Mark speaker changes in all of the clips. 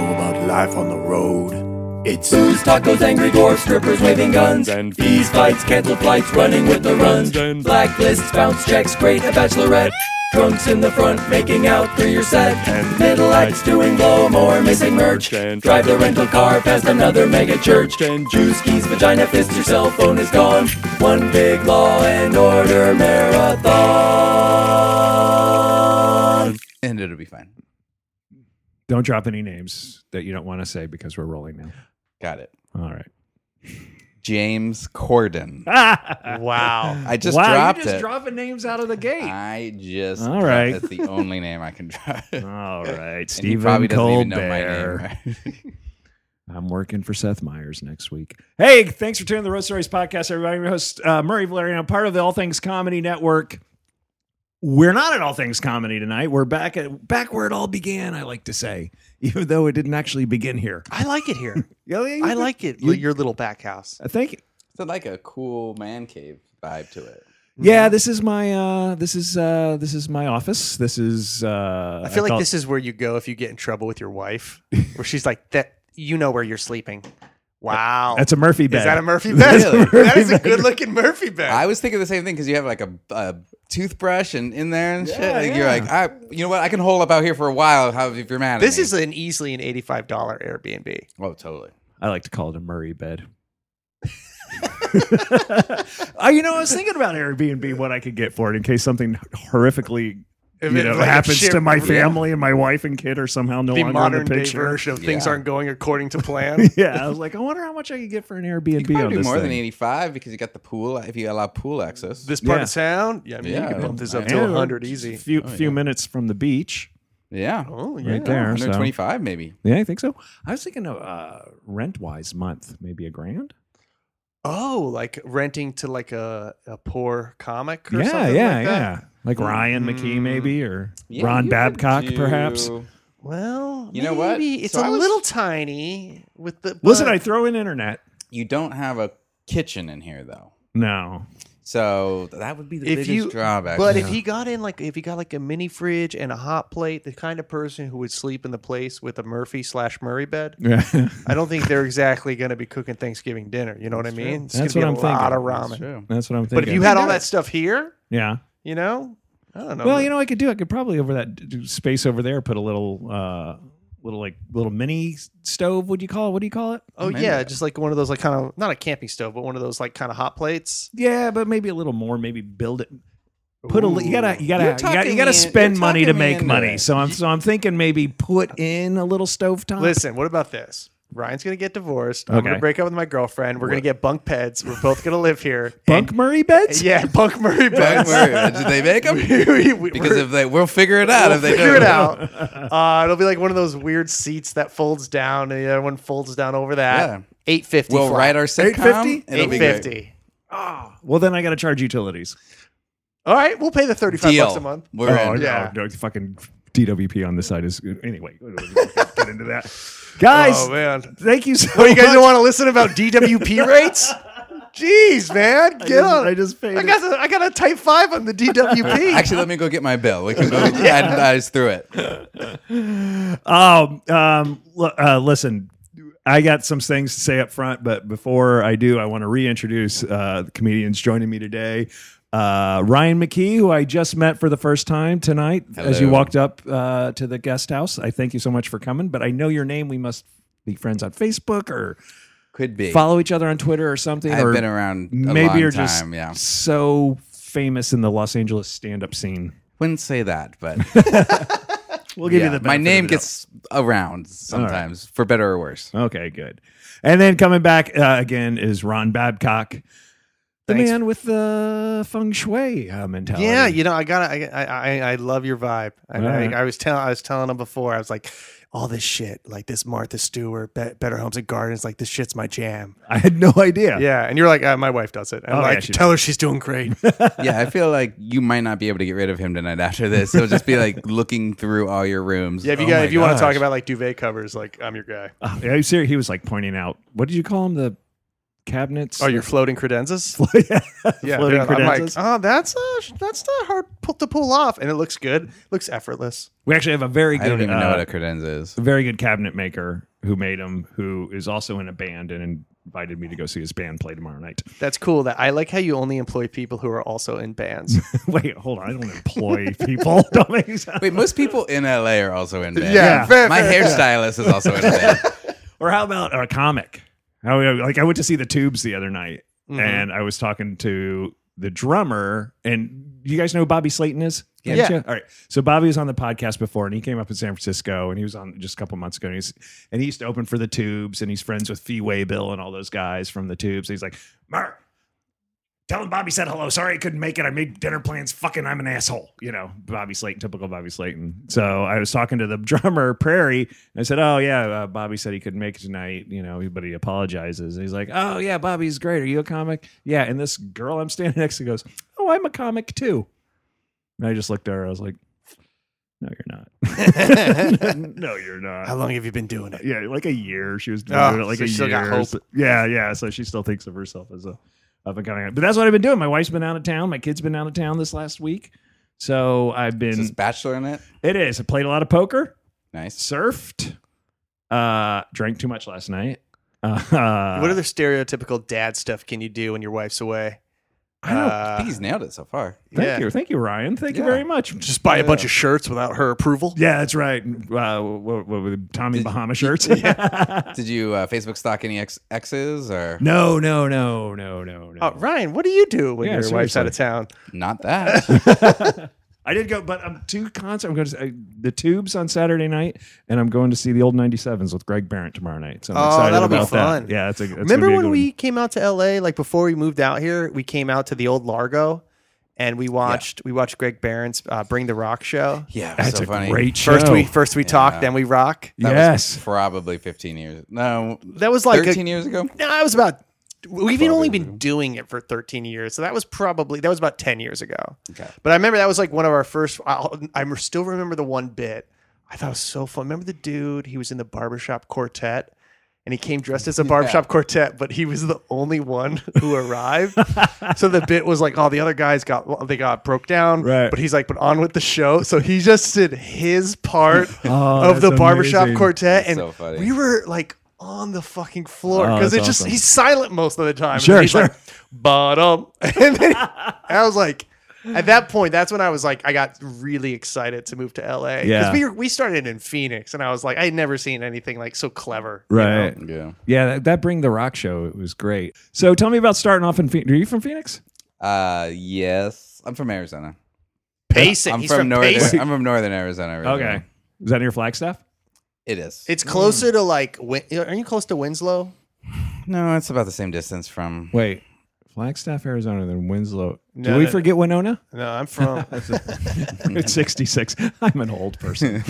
Speaker 1: life on the road. It's
Speaker 2: Booze, tacos, angry dwarfs, strippers waving guns, and fees, fights, canceled flights, running with the runs, and blacklists, bounce checks, great a bachelorette. Drunks in the front making out through your set, and middle acts doing blow more, missing merch, and drive the rental car past another mega church, and juice keys, vagina fist, your cell phone is gone. One big law and order marathon.
Speaker 3: and it'll be fine.
Speaker 4: Don't drop any names that you don't want to say because we're rolling now.
Speaker 3: Got it.
Speaker 4: All right.
Speaker 3: James Corden.
Speaker 5: Wow.
Speaker 3: I just
Speaker 4: wow,
Speaker 3: dropped
Speaker 4: you're just
Speaker 3: it.
Speaker 4: dropping names out of the gate.
Speaker 3: I just.
Speaker 4: All right.
Speaker 3: That's the only name I can drop. Uh, And
Speaker 4: All right,
Speaker 3: he probably doesn't
Speaker 4: Stephen Colbert.
Speaker 3: even know my name, right?
Speaker 4: I'm working for Seth Meyers next week. Hey, thanks for tuning in to the Road Stories podcast, everybody. I'm your host, uh, Murray Valerian. I'm part of the All Things Comedy Network. We're not at All Things Comedy tonight. We're back at back where it all began. I like to say, even though it didn't actually begin here.
Speaker 5: I like it here.
Speaker 4: Yeah, yeah,
Speaker 5: I like it.
Speaker 4: you-
Speaker 5: your little back house.
Speaker 4: I think.
Speaker 3: It's like a cool man cave vibe to it.
Speaker 5: Mm-hmm.
Speaker 4: Yeah, this is my uh, this is uh, this is my office. This is. Uh,
Speaker 5: I feel like
Speaker 4: call-
Speaker 5: this is where you go if you get in trouble with your wife, where she's like, "That you know where you're sleeping." Wow,
Speaker 4: That's a Murphy bed.
Speaker 5: is that a Murphy bed?
Speaker 3: Really?
Speaker 5: that is a good looking Murphy bed.
Speaker 3: I was thinking the same thing because you have like a, a toothbrush and in there and shit.
Speaker 4: Yeah,
Speaker 3: Like You're
Speaker 4: yeah.
Speaker 3: like, I, you know what? I can hold up out here for a while. How if you're mad?
Speaker 5: this
Speaker 3: at me.
Speaker 5: is an easily an eighty-five dollar Airbnb.
Speaker 3: oh totally.
Speaker 4: I like to call it a Murray bed. Uh, you know, I was thinking about Airbnb, what I could get for it in case something horrifically
Speaker 5: If
Speaker 4: you
Speaker 5: it,
Speaker 4: know,
Speaker 5: like,
Speaker 4: happens
Speaker 5: shit-
Speaker 4: to my
Speaker 5: yeah.
Speaker 4: family and my wife and kid are somehow no
Speaker 5: The
Speaker 4: longer in
Speaker 5: modern
Speaker 4: the
Speaker 5: day
Speaker 4: picture.
Speaker 5: version of things
Speaker 3: Yeah.
Speaker 5: aren't going according to plan.
Speaker 4: Yeah, I was like, I wonder how much I could get for an
Speaker 3: You
Speaker 4: Airbnb
Speaker 3: can
Speaker 4: on
Speaker 3: probably do
Speaker 4: this
Speaker 3: more than
Speaker 4: thing.
Speaker 3: 85 because you got the pool. If you allow pool access,
Speaker 5: this part
Speaker 4: Yeah.
Speaker 5: of town, yeah, I mean,
Speaker 3: Yeah.
Speaker 5: you can bump this up
Speaker 4: And
Speaker 5: to hundred easy.
Speaker 4: Few
Speaker 3: Oh,
Speaker 4: few minutes from the beach,
Speaker 3: yeah,
Speaker 5: Oh yeah,
Speaker 4: right there. So.
Speaker 3: 125 maybe.
Speaker 4: Yeah, I think so. I was thinking of uh, rent wise month, maybe a grand.
Speaker 5: Oh, like renting to like a, a poor comic or
Speaker 4: Yeah,
Speaker 5: something
Speaker 4: yeah,
Speaker 5: like that?
Speaker 4: yeah. Like Mm-hmm. Ryan McKee, maybe, or
Speaker 3: Yeah,
Speaker 4: Ron
Speaker 3: you could
Speaker 4: Babcock,
Speaker 3: do-
Speaker 4: perhaps.
Speaker 5: Well,
Speaker 3: You know what?
Speaker 5: maybe It's
Speaker 3: So
Speaker 5: a
Speaker 3: I was-
Speaker 5: little tiny with the.
Speaker 4: Listen,
Speaker 5: but-
Speaker 4: I throw in internet.
Speaker 3: You don't have a kitchen in here though,
Speaker 4: No,
Speaker 3: so that would be the
Speaker 5: If
Speaker 3: biggest
Speaker 5: you-
Speaker 3: drawback.
Speaker 5: But if he got in like if he got like a mini fridge and a hot plate, the kind of person who would sleep in the place with a Murphy slash Murray bed,
Speaker 4: yeah.
Speaker 5: I don't think they're exactly going to be cooking Thanksgiving dinner. You know what I mean? It's
Speaker 4: That's
Speaker 5: gonna
Speaker 4: what
Speaker 5: be
Speaker 4: I'm
Speaker 5: a lot
Speaker 4: thinking.
Speaker 5: of
Speaker 3: That's
Speaker 5: ramen.
Speaker 3: true.
Speaker 4: That's what I'm thinking.
Speaker 5: But if you had all that stuff here,
Speaker 4: yeah.
Speaker 5: you know, I don't know.
Speaker 4: Well, you know, what I could do. I could probably over that d- d- space over there put a little, uh little like little mini s- stove. What do you call it? What do you call it?
Speaker 5: oh
Speaker 3: maybe
Speaker 5: yeah,
Speaker 3: that-
Speaker 5: just like one of those like kind of not a camping stove, but one of those like kind of hot plates.
Speaker 4: Yeah, but maybe a little more. Maybe build it. Put a. li- You gotta. You gotta.
Speaker 3: You're
Speaker 4: You gotta,
Speaker 3: talking
Speaker 4: you gotta
Speaker 3: me-
Speaker 4: spend
Speaker 3: you're
Speaker 4: money to
Speaker 3: talking me
Speaker 4: make
Speaker 3: into
Speaker 4: money.
Speaker 3: it.
Speaker 4: So I'm. So I'm thinking maybe put in a little stove top.
Speaker 5: Listen, what about this? Ryan's gonna get divorced. I'm
Speaker 4: Okay.
Speaker 5: gonna break up with my girlfriend. We're gonna get bunk beds. We're both gonna live here.
Speaker 4: bunk Murray beds.
Speaker 5: And- yeah, bunk Murray
Speaker 3: Don't
Speaker 5: beds.
Speaker 3: worry. Did uh, they make them?
Speaker 5: We- we-
Speaker 3: Because
Speaker 5: we're-
Speaker 3: if they, we'll figure it out.
Speaker 5: we'll
Speaker 3: if they
Speaker 5: figure
Speaker 3: do.
Speaker 5: it out. Uh, it'll be like one of those weird seats that folds down, and the other one folds down over that.
Speaker 3: Yeah.
Speaker 5: Eight fifty.
Speaker 3: We'll write our sitcom.
Speaker 4: 850?
Speaker 3: It'll be
Speaker 5: eight
Speaker 3: great.
Speaker 5: fifty.
Speaker 4: Ah, Well, then I gotta charge utilities.
Speaker 5: All right, we'll pay the thirty five
Speaker 3: Deal.
Speaker 5: bucks a month. Oh,
Speaker 3: We're in.
Speaker 4: Oh, no,
Speaker 5: yeah.
Speaker 4: no, fucking DWP on this side is anyway. Get into that, guys.
Speaker 5: Oh man.
Speaker 4: Thank you so.
Speaker 5: What, you guys
Speaker 4: much.
Speaker 5: don't want to listen about DWP rates? Jeez, man. Get
Speaker 4: just-
Speaker 5: on.
Speaker 4: I just paid
Speaker 5: I
Speaker 4: it.
Speaker 5: got, a, I got a type five on the DWP.
Speaker 3: Actually, let me go get my bill. We can go add eyes through it.
Speaker 4: Um, um, l- uh, listen, I got some things to say up front, but before I do, I want to reintroduce uh, the comedians joining me today. Uh, Ryan McKee, who I just met for the first time tonight as you
Speaker 3: Hello.
Speaker 4: walked up uh, to the guest house. I thank you so much for coming, but I know your name. We must be friends on Facebook or
Speaker 3: Could be.
Speaker 4: follow each other on Twitter or something.
Speaker 3: I've
Speaker 4: or
Speaker 3: been around. A
Speaker 4: maybe
Speaker 3: long
Speaker 4: you're just
Speaker 3: time, yeah.
Speaker 4: so famous in the Los Angeles stand up scene.
Speaker 3: Wouldn't say that, but
Speaker 4: We'll give
Speaker 3: yeah,
Speaker 4: you the
Speaker 3: my
Speaker 4: benefit
Speaker 3: name
Speaker 4: of the doubt.
Speaker 3: gets around sometimes, for better or worse.
Speaker 4: Okay, good. And then coming back uh, again is Ron Babcock, the
Speaker 5: Thanks.
Speaker 4: man with the feng shui uh, mentality.
Speaker 5: Yeah, you know, I gotta. I I, I- I love your vibe. I,
Speaker 4: All
Speaker 5: I,
Speaker 4: right.
Speaker 5: I was telling I was telling him before. I was like, all this shit, like this Martha Stewart, Be- Better Homes and Gardens, like this shit's my jam.
Speaker 4: I had no idea.
Speaker 5: Yeah, and you're like, uh, my wife does it. And I'm
Speaker 4: Oh, yeah,
Speaker 5: like,
Speaker 4: she
Speaker 5: tell her she's doing great.
Speaker 3: yeah, I feel like you might not be able to get rid of him tonight after this. It'll just be like looking through all your rooms.
Speaker 5: yeah, if you
Speaker 3: Oh
Speaker 5: got,
Speaker 3: my
Speaker 5: if you want
Speaker 4: gosh.
Speaker 5: to talk about like duvet covers, like I'm your guy.
Speaker 4: Uh, yeah, he was- he was like pointing out. What did you call them? The cabinets?
Speaker 5: Oh, your floating credenzas.
Speaker 4: yeah,
Speaker 5: Yeah,
Speaker 4: floating
Speaker 5: yeah,
Speaker 4: credenzas.
Speaker 5: I'm like, oh, that's uh, sh- that's not hard pu- to pull off, and it looks good. Looks effortless.
Speaker 4: we actually have a very
Speaker 3: I
Speaker 4: good,
Speaker 3: don't even
Speaker 4: uh,
Speaker 3: know what a credenza is.
Speaker 4: very good cabinet maker who made him, who is also in a band and invited me to go see his band play tomorrow night.
Speaker 5: That's cool. That I like how you only employ people who are also in bands.
Speaker 4: Wait, hold on. I don't employ people. don't make me sound-
Speaker 3: Wait, most people in LA are also in bed.
Speaker 4: Yeah.
Speaker 5: fair,
Speaker 3: My
Speaker 5: fair.
Speaker 3: hairstylist is also in bed.
Speaker 4: Or how about or a comic? How- Like I went to see the Tubes the other night,
Speaker 5: Mhm.
Speaker 4: and I was talking to the drummer. And you guys know who Bobby Slayton is?
Speaker 5: Yeah.
Speaker 4: Haven't
Speaker 5: Yeah.
Speaker 4: you? All right. So Bobby was on the podcast before, and he came up in San Francisco, and he was on just a couple months ago. And he's and he used to open for the Tubes, and he's friends with Fee Waybill and all those guys from the Tubes. He's like, Mark. Tell him Bobby said hello. Sorry I couldn't make it. I made dinner plans. Fucking, I'm an asshole. You know, Bobby Slayton, typical Bobby Slayton. So I was talking to the drummer, Prairie, and I said, Oh, yeah, uh, Bobby said he couldn't make it tonight, you know, but he apologizes. And he's like, Oh, yeah, Bobby's great. Are you a comic? Yeah. And this girl I'm standing next to goes, Oh, I'm a comic too. And I just looked at her. I was like, No, you're not. no, you're not.
Speaker 5: How long have you been doing it?
Speaker 4: Yeah, like a year. She was doing
Speaker 5: Oh,
Speaker 4: it like
Speaker 5: so
Speaker 4: a
Speaker 5: she still
Speaker 4: year.
Speaker 5: got hope.
Speaker 4: So- yeah, yeah. So she still thinks of herself as a up and coming. But that's what I've been doing. My wife's been out of town. My kid's been out of town this last week. So I've
Speaker 3: Is
Speaker 4: been.
Speaker 3: this Bachelor in it?
Speaker 4: it is. I played a lot of poker,
Speaker 3: Nice.
Speaker 4: surfed, uh, drank too much last night. Uh,
Speaker 5: What other stereotypical dad stuff can you do when your wife's away?
Speaker 4: I don't-
Speaker 5: Uh,
Speaker 3: I think he's nailed it so far.
Speaker 4: thank
Speaker 5: yeah.
Speaker 4: you, thank you, Ryan. Thank you
Speaker 3: Yeah.
Speaker 4: very much.
Speaker 5: Just buy a bunch of shirts without her approval.
Speaker 4: yeah, that's right. Uh, what, what, what, Tommy
Speaker 3: Did-
Speaker 4: Bahama shirts.
Speaker 3: Did you uh, Facebook stalk any ex- exes or
Speaker 4: no, no, no, no, no, no.
Speaker 5: Uh, Ryan, what do you do when
Speaker 4: Yeah,
Speaker 5: your wife's
Speaker 4: seriously.
Speaker 5: out of town?
Speaker 3: not that?
Speaker 4: I did go, but I'm two concerts. I'm going to uh, the Tubes on Saturday night, and I'm going to see the Old 97s with Greg Barrett tomorrow night. So I'm
Speaker 5: Oh,
Speaker 4: excited
Speaker 5: that'll be
Speaker 4: about
Speaker 5: fun.
Speaker 4: that. Yeah, it's a, it's gonna
Speaker 5: Remember
Speaker 4: be a
Speaker 5: when
Speaker 4: good
Speaker 5: we came out to LA? Like before we moved out here, we came out to the old Largo, and we watched we watched Greg Barron's uh, Bring the Rock show.
Speaker 3: Yeah, it
Speaker 4: one.
Speaker 3: was
Speaker 4: that's
Speaker 3: so
Speaker 4: a
Speaker 3: funny.
Speaker 4: great show.
Speaker 5: First we first we talk,
Speaker 3: Yeah.
Speaker 5: then we rock.
Speaker 3: That
Speaker 4: yes,
Speaker 3: was probably 15 years. No,
Speaker 5: That was like a-
Speaker 3: 13 years ago.
Speaker 5: No, I was about. We've
Speaker 3: Twelve
Speaker 5: only
Speaker 3: years
Speaker 5: been doing it for 13 years, so that was probably that was about 10 years ago.
Speaker 3: Okay.
Speaker 5: But I remember that was like one of our first. I'll, I rem- still remember the one bit. I thought it was so fun. Remember the dude? He was in the barbershop quartet, and he came dressed as a barbershop quartet, but he was the only one who arrived. so the bit was like, oh, the other guys got they got broke down,
Speaker 4: Right.
Speaker 5: But he's like, but on with the show. So he just did his part
Speaker 4: Oh,
Speaker 5: of the
Speaker 4: that's
Speaker 5: barbershop
Speaker 4: amazing.
Speaker 5: quartet,
Speaker 3: That's
Speaker 5: and
Speaker 3: so funny.
Speaker 5: we were like on the fucking floor
Speaker 4: Oh,
Speaker 5: because it
Speaker 4: that's
Speaker 5: just
Speaker 4: awesome.
Speaker 5: he's silent most of the time.
Speaker 4: Sure,
Speaker 5: and he's
Speaker 4: sure.
Speaker 5: Like, bottom, and then I was like, at that point, that's when I was like, I got really excited to move to LA because
Speaker 4: Yeah.
Speaker 5: we were, we started in Phoenix, and I was like, I had never seen anything like so clever. you know?
Speaker 4: right.
Speaker 3: Yeah.
Speaker 4: Yeah, that, that Bring the Rock show it was great. So tell me about starting off in Phoenix. Are you from Phoenix?
Speaker 3: Uh, yes. I'm from Arizona.
Speaker 5: Payson.
Speaker 3: I'm
Speaker 5: he's
Speaker 3: from,
Speaker 5: from
Speaker 3: northern.
Speaker 5: Payson.
Speaker 3: I'm from northern Arizona. originally.
Speaker 4: Okay, is that near Flagstaff?
Speaker 3: It is.
Speaker 5: It's closer to like, Win- aren't you close to Winslow?
Speaker 3: no, it's about the same distance from.
Speaker 4: Wait, Flagstaff, Arizona, then Winslow. Do
Speaker 5: No,
Speaker 4: we
Speaker 5: no.
Speaker 4: forget Winona?
Speaker 5: No, I'm from.
Speaker 4: it's 66. I'm an old person.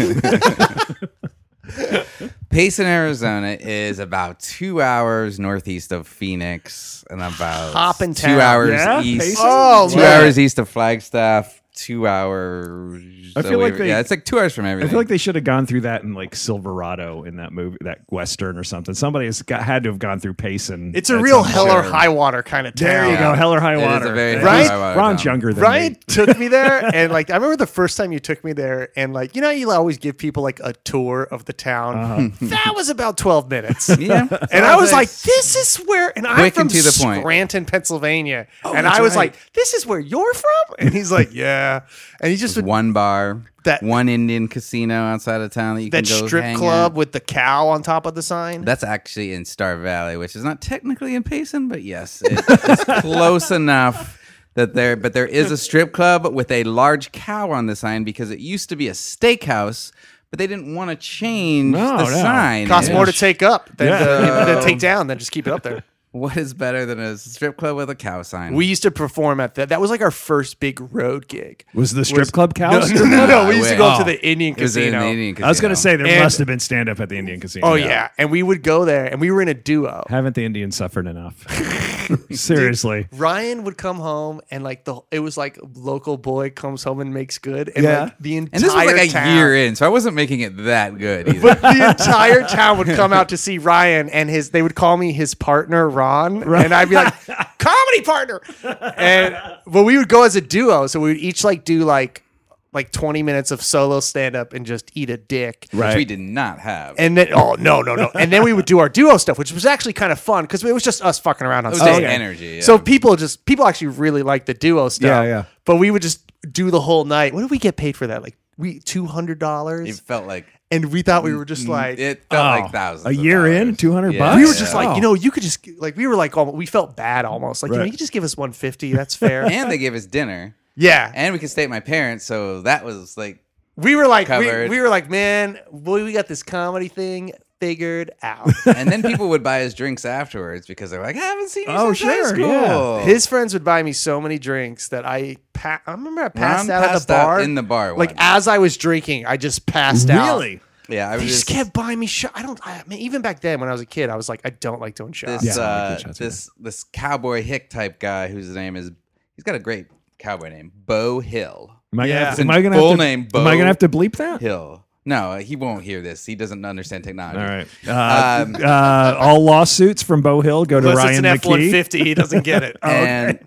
Speaker 3: Payson, Arizona is about two hours northeast of Phoenix and about
Speaker 5: Hoppin' town.
Speaker 3: two hours
Speaker 4: Yeah?
Speaker 3: east.
Speaker 4: Payson?
Speaker 5: oh,
Speaker 3: Two
Speaker 5: man.
Speaker 3: hours east of Flagstaff. Two hours.
Speaker 4: I feel
Speaker 3: away-
Speaker 4: like they-
Speaker 3: yeah, it's like two hours from
Speaker 4: I
Speaker 3: everything.
Speaker 4: feel like they should have gone through that in like Silverado in that movie, that western or something. Somebody has got, had to have gone through Payson.
Speaker 5: It's a
Speaker 4: at
Speaker 5: real
Speaker 4: some
Speaker 5: hell or
Speaker 4: point.
Speaker 5: high water kind of town.
Speaker 4: There you
Speaker 3: Yeah.
Speaker 4: go, hell or high
Speaker 3: It is a
Speaker 4: water.
Speaker 3: very
Speaker 4: Yeah.
Speaker 3: hell
Speaker 5: or high
Speaker 4: Ron's-
Speaker 3: water
Speaker 4: Ron's
Speaker 3: town.
Speaker 4: younger than
Speaker 5: Ryan
Speaker 4: me.
Speaker 5: took me there, and like I remember the first time you took me there, and like you know you always give people like a tour of the town.
Speaker 4: Uh-huh.
Speaker 5: That was about twelve minutes, and
Speaker 3: yeah,
Speaker 5: I was like, "This is where." And I'm
Speaker 3: Quick
Speaker 5: from
Speaker 3: and to the point. Oh,
Speaker 5: Scranton, Pennsylvania, and
Speaker 3: that's
Speaker 5: I was
Speaker 3: right.
Speaker 5: like, "This is where you're from," and he's like, "Yeah," and he just would,
Speaker 3: one bar,
Speaker 5: That-
Speaker 3: one Indian casino outside of town that you
Speaker 5: that
Speaker 3: can go
Speaker 5: strip
Speaker 3: hang
Speaker 5: club
Speaker 3: At.
Speaker 5: with the cow on top of the sign.
Speaker 3: That's actually in Star Valley, which is not technically in Payson, but yes, it- it's close enough that there. But there is a strip club with a large cow on the sign because it used to be a steakhouse, but they didn't want to change
Speaker 4: No,
Speaker 3: the
Speaker 4: no.
Speaker 3: sign.
Speaker 5: Costs
Speaker 3: Yeah.
Speaker 5: more to take up than,
Speaker 4: Yeah.
Speaker 5: to, than take down than just keep it up there.
Speaker 3: What is better than a strip club with a cow sign?
Speaker 5: We used to perform at that. That was like our first big road gig.
Speaker 4: Was the strip club cow?
Speaker 5: No, no, no, no, we used to go
Speaker 3: Oh.
Speaker 5: to the Indian
Speaker 3: it was in
Speaker 5: casino.
Speaker 3: the Indian casino.
Speaker 4: I was going to say there
Speaker 5: And-
Speaker 4: must have been stand up at the Indian casino.
Speaker 5: Oh yeah. and we would go there, and we were in a duo.
Speaker 4: Haven't the Indians suffered enough? Seriously.
Speaker 5: Ryan would come home, and like the it was like local boy comes home and makes good, and
Speaker 4: Yeah.
Speaker 5: like the entire
Speaker 3: And this was like a
Speaker 5: town,
Speaker 3: year in, so I wasn't making it that good. Either.
Speaker 5: the entire town would come out to see Ryan, and his they would call me his partner Ron, and I'd be like comedy partner, and but we would go as a duo, so we would each like do like. like 20 minutes of solo stand up and just eat a dick.
Speaker 3: Which we did not have.
Speaker 5: And then, oh, no, no, no. And then we would do our duo stuff, which was actually kind of fun because it was just us fucking around on
Speaker 3: was
Speaker 5: stage.
Speaker 3: just energy, yeah.
Speaker 5: So people just, people actually really liked the duo stuff.
Speaker 4: Yeah, yeah.
Speaker 5: But we would just do the whole night. What did we get paid for that? Like, we $200?
Speaker 3: it felt like
Speaker 5: and we thought we were just like,
Speaker 3: it felt
Speaker 4: Oh,
Speaker 3: like thousands.
Speaker 4: a
Speaker 3: of
Speaker 4: year in,
Speaker 3: dollars.
Speaker 4: 200
Speaker 3: Yeah.
Speaker 4: bucks?
Speaker 5: we were just
Speaker 4: Yeah.
Speaker 5: like, you know, you could just, like, we were like, almost, we felt bad almost. Like, you
Speaker 4: Right.
Speaker 5: know, you could just give us 150 That's fair.
Speaker 3: and they gave us dinner,
Speaker 5: yeah.
Speaker 3: and we could stay at my parents. So that was like,
Speaker 5: we were like, we,
Speaker 3: covered.
Speaker 5: we were like, man, boy, we got this comedy thing figured out.
Speaker 3: and then people would buy us drinks afterwards because they were like, I haven't seen you
Speaker 4: Oh,
Speaker 3: since high
Speaker 4: sure, yeah.
Speaker 3: school.
Speaker 5: His friends would buy me so many drinks that I pa- I remember I passed
Speaker 3: Ron
Speaker 5: out at the
Speaker 3: passed out
Speaker 5: bar
Speaker 3: in the bar
Speaker 5: Like
Speaker 3: once.
Speaker 5: as I was drinking, I just passed out.
Speaker 4: really?
Speaker 3: yeah, I
Speaker 5: They
Speaker 3: was
Speaker 5: just
Speaker 3: just,
Speaker 5: kept buying me shots. I don't. I mean, even back then when I was a kid, I was like, I don't like doing shots.
Speaker 3: this
Speaker 4: Yeah, I like
Speaker 3: uh,
Speaker 4: those shots,
Speaker 3: this this cowboy hick type guy whose name is he's got a great cowboy name, Bo Hill.
Speaker 4: Am I gonna
Speaker 5: Yeah.
Speaker 4: have
Speaker 5: It's
Speaker 4: to,
Speaker 3: in
Speaker 4: am I gonna
Speaker 3: full
Speaker 4: have to,
Speaker 3: name,
Speaker 4: Am I
Speaker 3: Bo.
Speaker 4: gonna have to bleep that?
Speaker 3: Hill. No, he won't hear this. He doesn't understand technology.
Speaker 4: All right. Uh,
Speaker 3: Um,
Speaker 4: uh, all lawsuits from Bo Hill go to
Speaker 5: Unless
Speaker 4: Ryan
Speaker 5: it's an F one
Speaker 4: McKee.
Speaker 5: fifty, he doesn't get it.
Speaker 3: and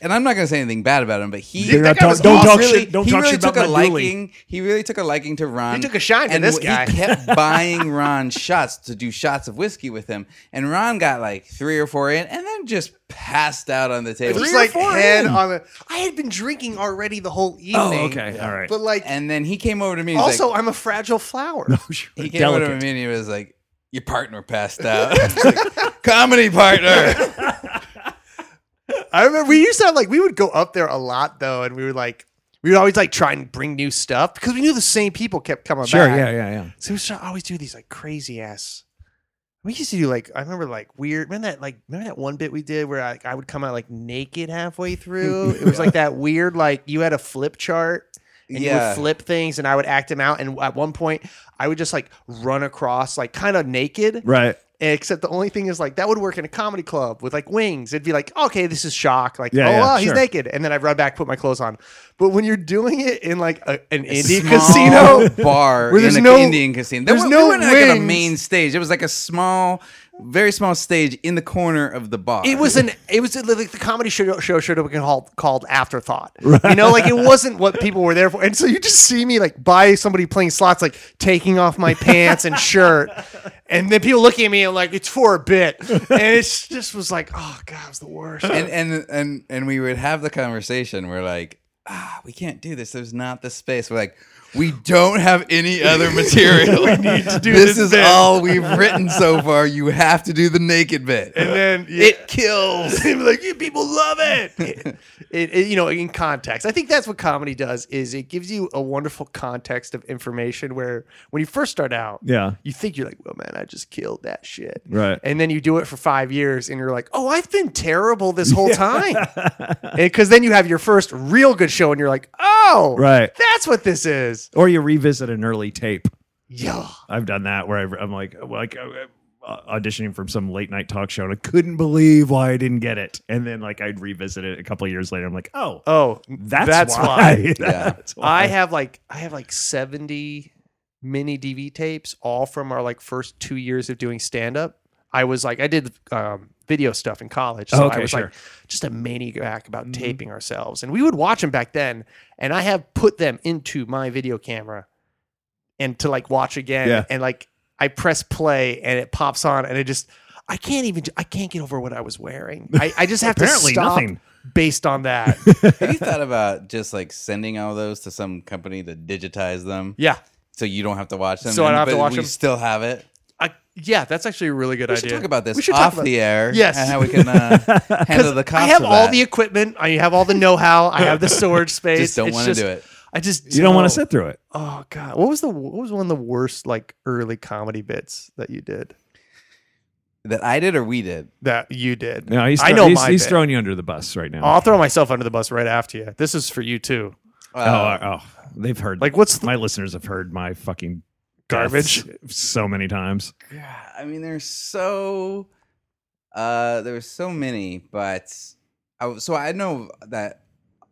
Speaker 3: and I'm not going to say anything bad about him, but he
Speaker 4: You're
Speaker 3: that
Speaker 4: not
Speaker 3: guy
Speaker 4: talk-
Speaker 3: was
Speaker 4: don't talk
Speaker 3: really-
Speaker 4: shit- don't
Speaker 3: he
Speaker 4: talk
Speaker 3: really
Speaker 4: shit
Speaker 3: took
Speaker 4: about
Speaker 3: a
Speaker 4: my dueling.
Speaker 3: liking. He really took a liking to Ron.
Speaker 5: He took a shine to
Speaker 3: and
Speaker 5: this
Speaker 3: w-
Speaker 5: guy.
Speaker 3: He kept buying Ron shots to do shots of whiskey with him, and Ron got like three or four in, and then just passed out on the table.
Speaker 5: Just like head on the. I had been drinking already the whole evening.
Speaker 4: Oh, okay. All right.
Speaker 5: But like,
Speaker 3: and then he came over to me. And he's
Speaker 5: also,
Speaker 3: like,
Speaker 5: I'm a fragile flower.
Speaker 3: he came
Speaker 4: Delicate.
Speaker 3: over to me and he was like, "Your partner passed out." I was like, Comedy partner.
Speaker 5: I remember we used to have like we would go up there a lot though, and we would like we would always like try and bring new stuff because we knew the same people kept coming
Speaker 4: Sure.
Speaker 5: back.
Speaker 4: Yeah. Yeah. Yeah.
Speaker 5: So we used to always do these like crazy ass. We used to do like I remember like weird. Remember that like remember that one bit we did where I, I would come out like naked halfway through. It was like that weird like you had a flip chart. And you
Speaker 3: Yeah.
Speaker 5: would flip things, and I would act them out. And at one point, I would just like run across, like kind of naked,
Speaker 4: Right.
Speaker 5: Except the only thing is like that would work in a comedy club with like wings. It'd be like, okay, this is shock. Like,
Speaker 4: Yeah,
Speaker 5: oh
Speaker 4: yeah,
Speaker 5: wow, he's
Speaker 4: sure.
Speaker 5: naked, and then I run back, put my clothes on. But when you're doing it in like a, an indie
Speaker 3: small
Speaker 5: casino,
Speaker 3: bar
Speaker 5: where there's
Speaker 3: in an
Speaker 5: no-
Speaker 3: Indian casino. There
Speaker 5: there's
Speaker 3: was
Speaker 5: no
Speaker 3: no we weren't like on a
Speaker 5: wings.
Speaker 3: main stage. It was like a small, very small stage in the corner of the bar.
Speaker 5: it was an it was like the comedy show, show should have been called, called Afterthought. You know, like it wasn't what people were there for. And so you just see me like by somebody playing slots, like taking off my pants and shirt, and then people looking at me and like it's for a bit, and it's just was like, oh god, it was the worst.
Speaker 3: and and and and we would have the conversation. We're like, ah, we can't do this. There's not the space. We're like. We don't have any other material. we need to do this. is all we've written so far. You have to do the naked bit.
Speaker 5: and then it kills. like you people love it. it, it- You know, in context, I think that's what comedy does. Is it gives you a wonderful context of information where when you first start out,
Speaker 4: Yeah.
Speaker 5: you think you're like, well, man, I just killed that shit,
Speaker 4: Right.
Speaker 5: And then you do it for five years, and you're like, oh, I've been terrible this whole time. Because then you have your first real good show, and you're like, oh,
Speaker 4: Right.
Speaker 5: that's what this is.
Speaker 4: Or you revisit an early tape.
Speaker 5: Yeah.
Speaker 4: I've done that where I've, I'm like, like uh, auditioning from some late night talk show, and I couldn't believe why I didn't get it. And then like I'd revisit it a couple of years later. I'm like, oh,
Speaker 5: Oh,
Speaker 4: that's, why. That's why.
Speaker 5: I have like I have like 70 mini DV tapes all from our like first 2 years of doing stand up. I was like I did um video stuff in college so I
Speaker 4: Okay,
Speaker 5: was like
Speaker 4: sure. Mm-hmm.
Speaker 5: just a maniac about taping ourselves and we would watch them back then and I have put them into my video camera and to like watch again
Speaker 4: Yeah.
Speaker 5: and like I press play and it pops on and it just I can't even I can't get over what I was wearing. I, I just have to
Speaker 4: Apparently
Speaker 5: stop
Speaker 4: nothing.
Speaker 5: based on that.
Speaker 3: Have you thought about just like sending all those to some company to digitize them?
Speaker 5: yeah.
Speaker 3: So you don't have to watch them.
Speaker 5: So I don't have to
Speaker 3: but
Speaker 5: watch
Speaker 3: we
Speaker 5: them?
Speaker 3: still have it.
Speaker 5: I, yeah, that's actually a really good
Speaker 3: We
Speaker 5: idea.
Speaker 3: should talk about this
Speaker 5: We should talk
Speaker 3: off
Speaker 5: about-
Speaker 3: the air.
Speaker 5: Yes.
Speaker 3: And how we can uh, handle the cost
Speaker 5: I have
Speaker 3: of
Speaker 5: all
Speaker 3: that.
Speaker 5: the equipment. I have all the know-how. I have the storage space.
Speaker 3: Just don't
Speaker 5: It's
Speaker 3: wanna do it.
Speaker 5: I just
Speaker 4: You don't want
Speaker 5: no.
Speaker 4: to sit through it.
Speaker 5: Oh god, what was the what was one of the worst like early comedy bits that you did?
Speaker 3: that I did or we did.
Speaker 5: That you did.
Speaker 4: No, he's
Speaker 5: I
Speaker 4: thro-
Speaker 5: know
Speaker 4: he's,
Speaker 5: my
Speaker 4: he's
Speaker 5: bit.
Speaker 4: throwing you under the bus right now.
Speaker 5: I'll throw myself under the bus right after you. This is for you too.
Speaker 4: Oh,
Speaker 3: Uh,
Speaker 4: oh, they've heard
Speaker 5: Like what's the,
Speaker 4: my listeners have heard my fucking
Speaker 5: Garbage.
Speaker 4: deaths so many times.
Speaker 3: God, I mean, there's so uh, there were so many, but I, w- so I know that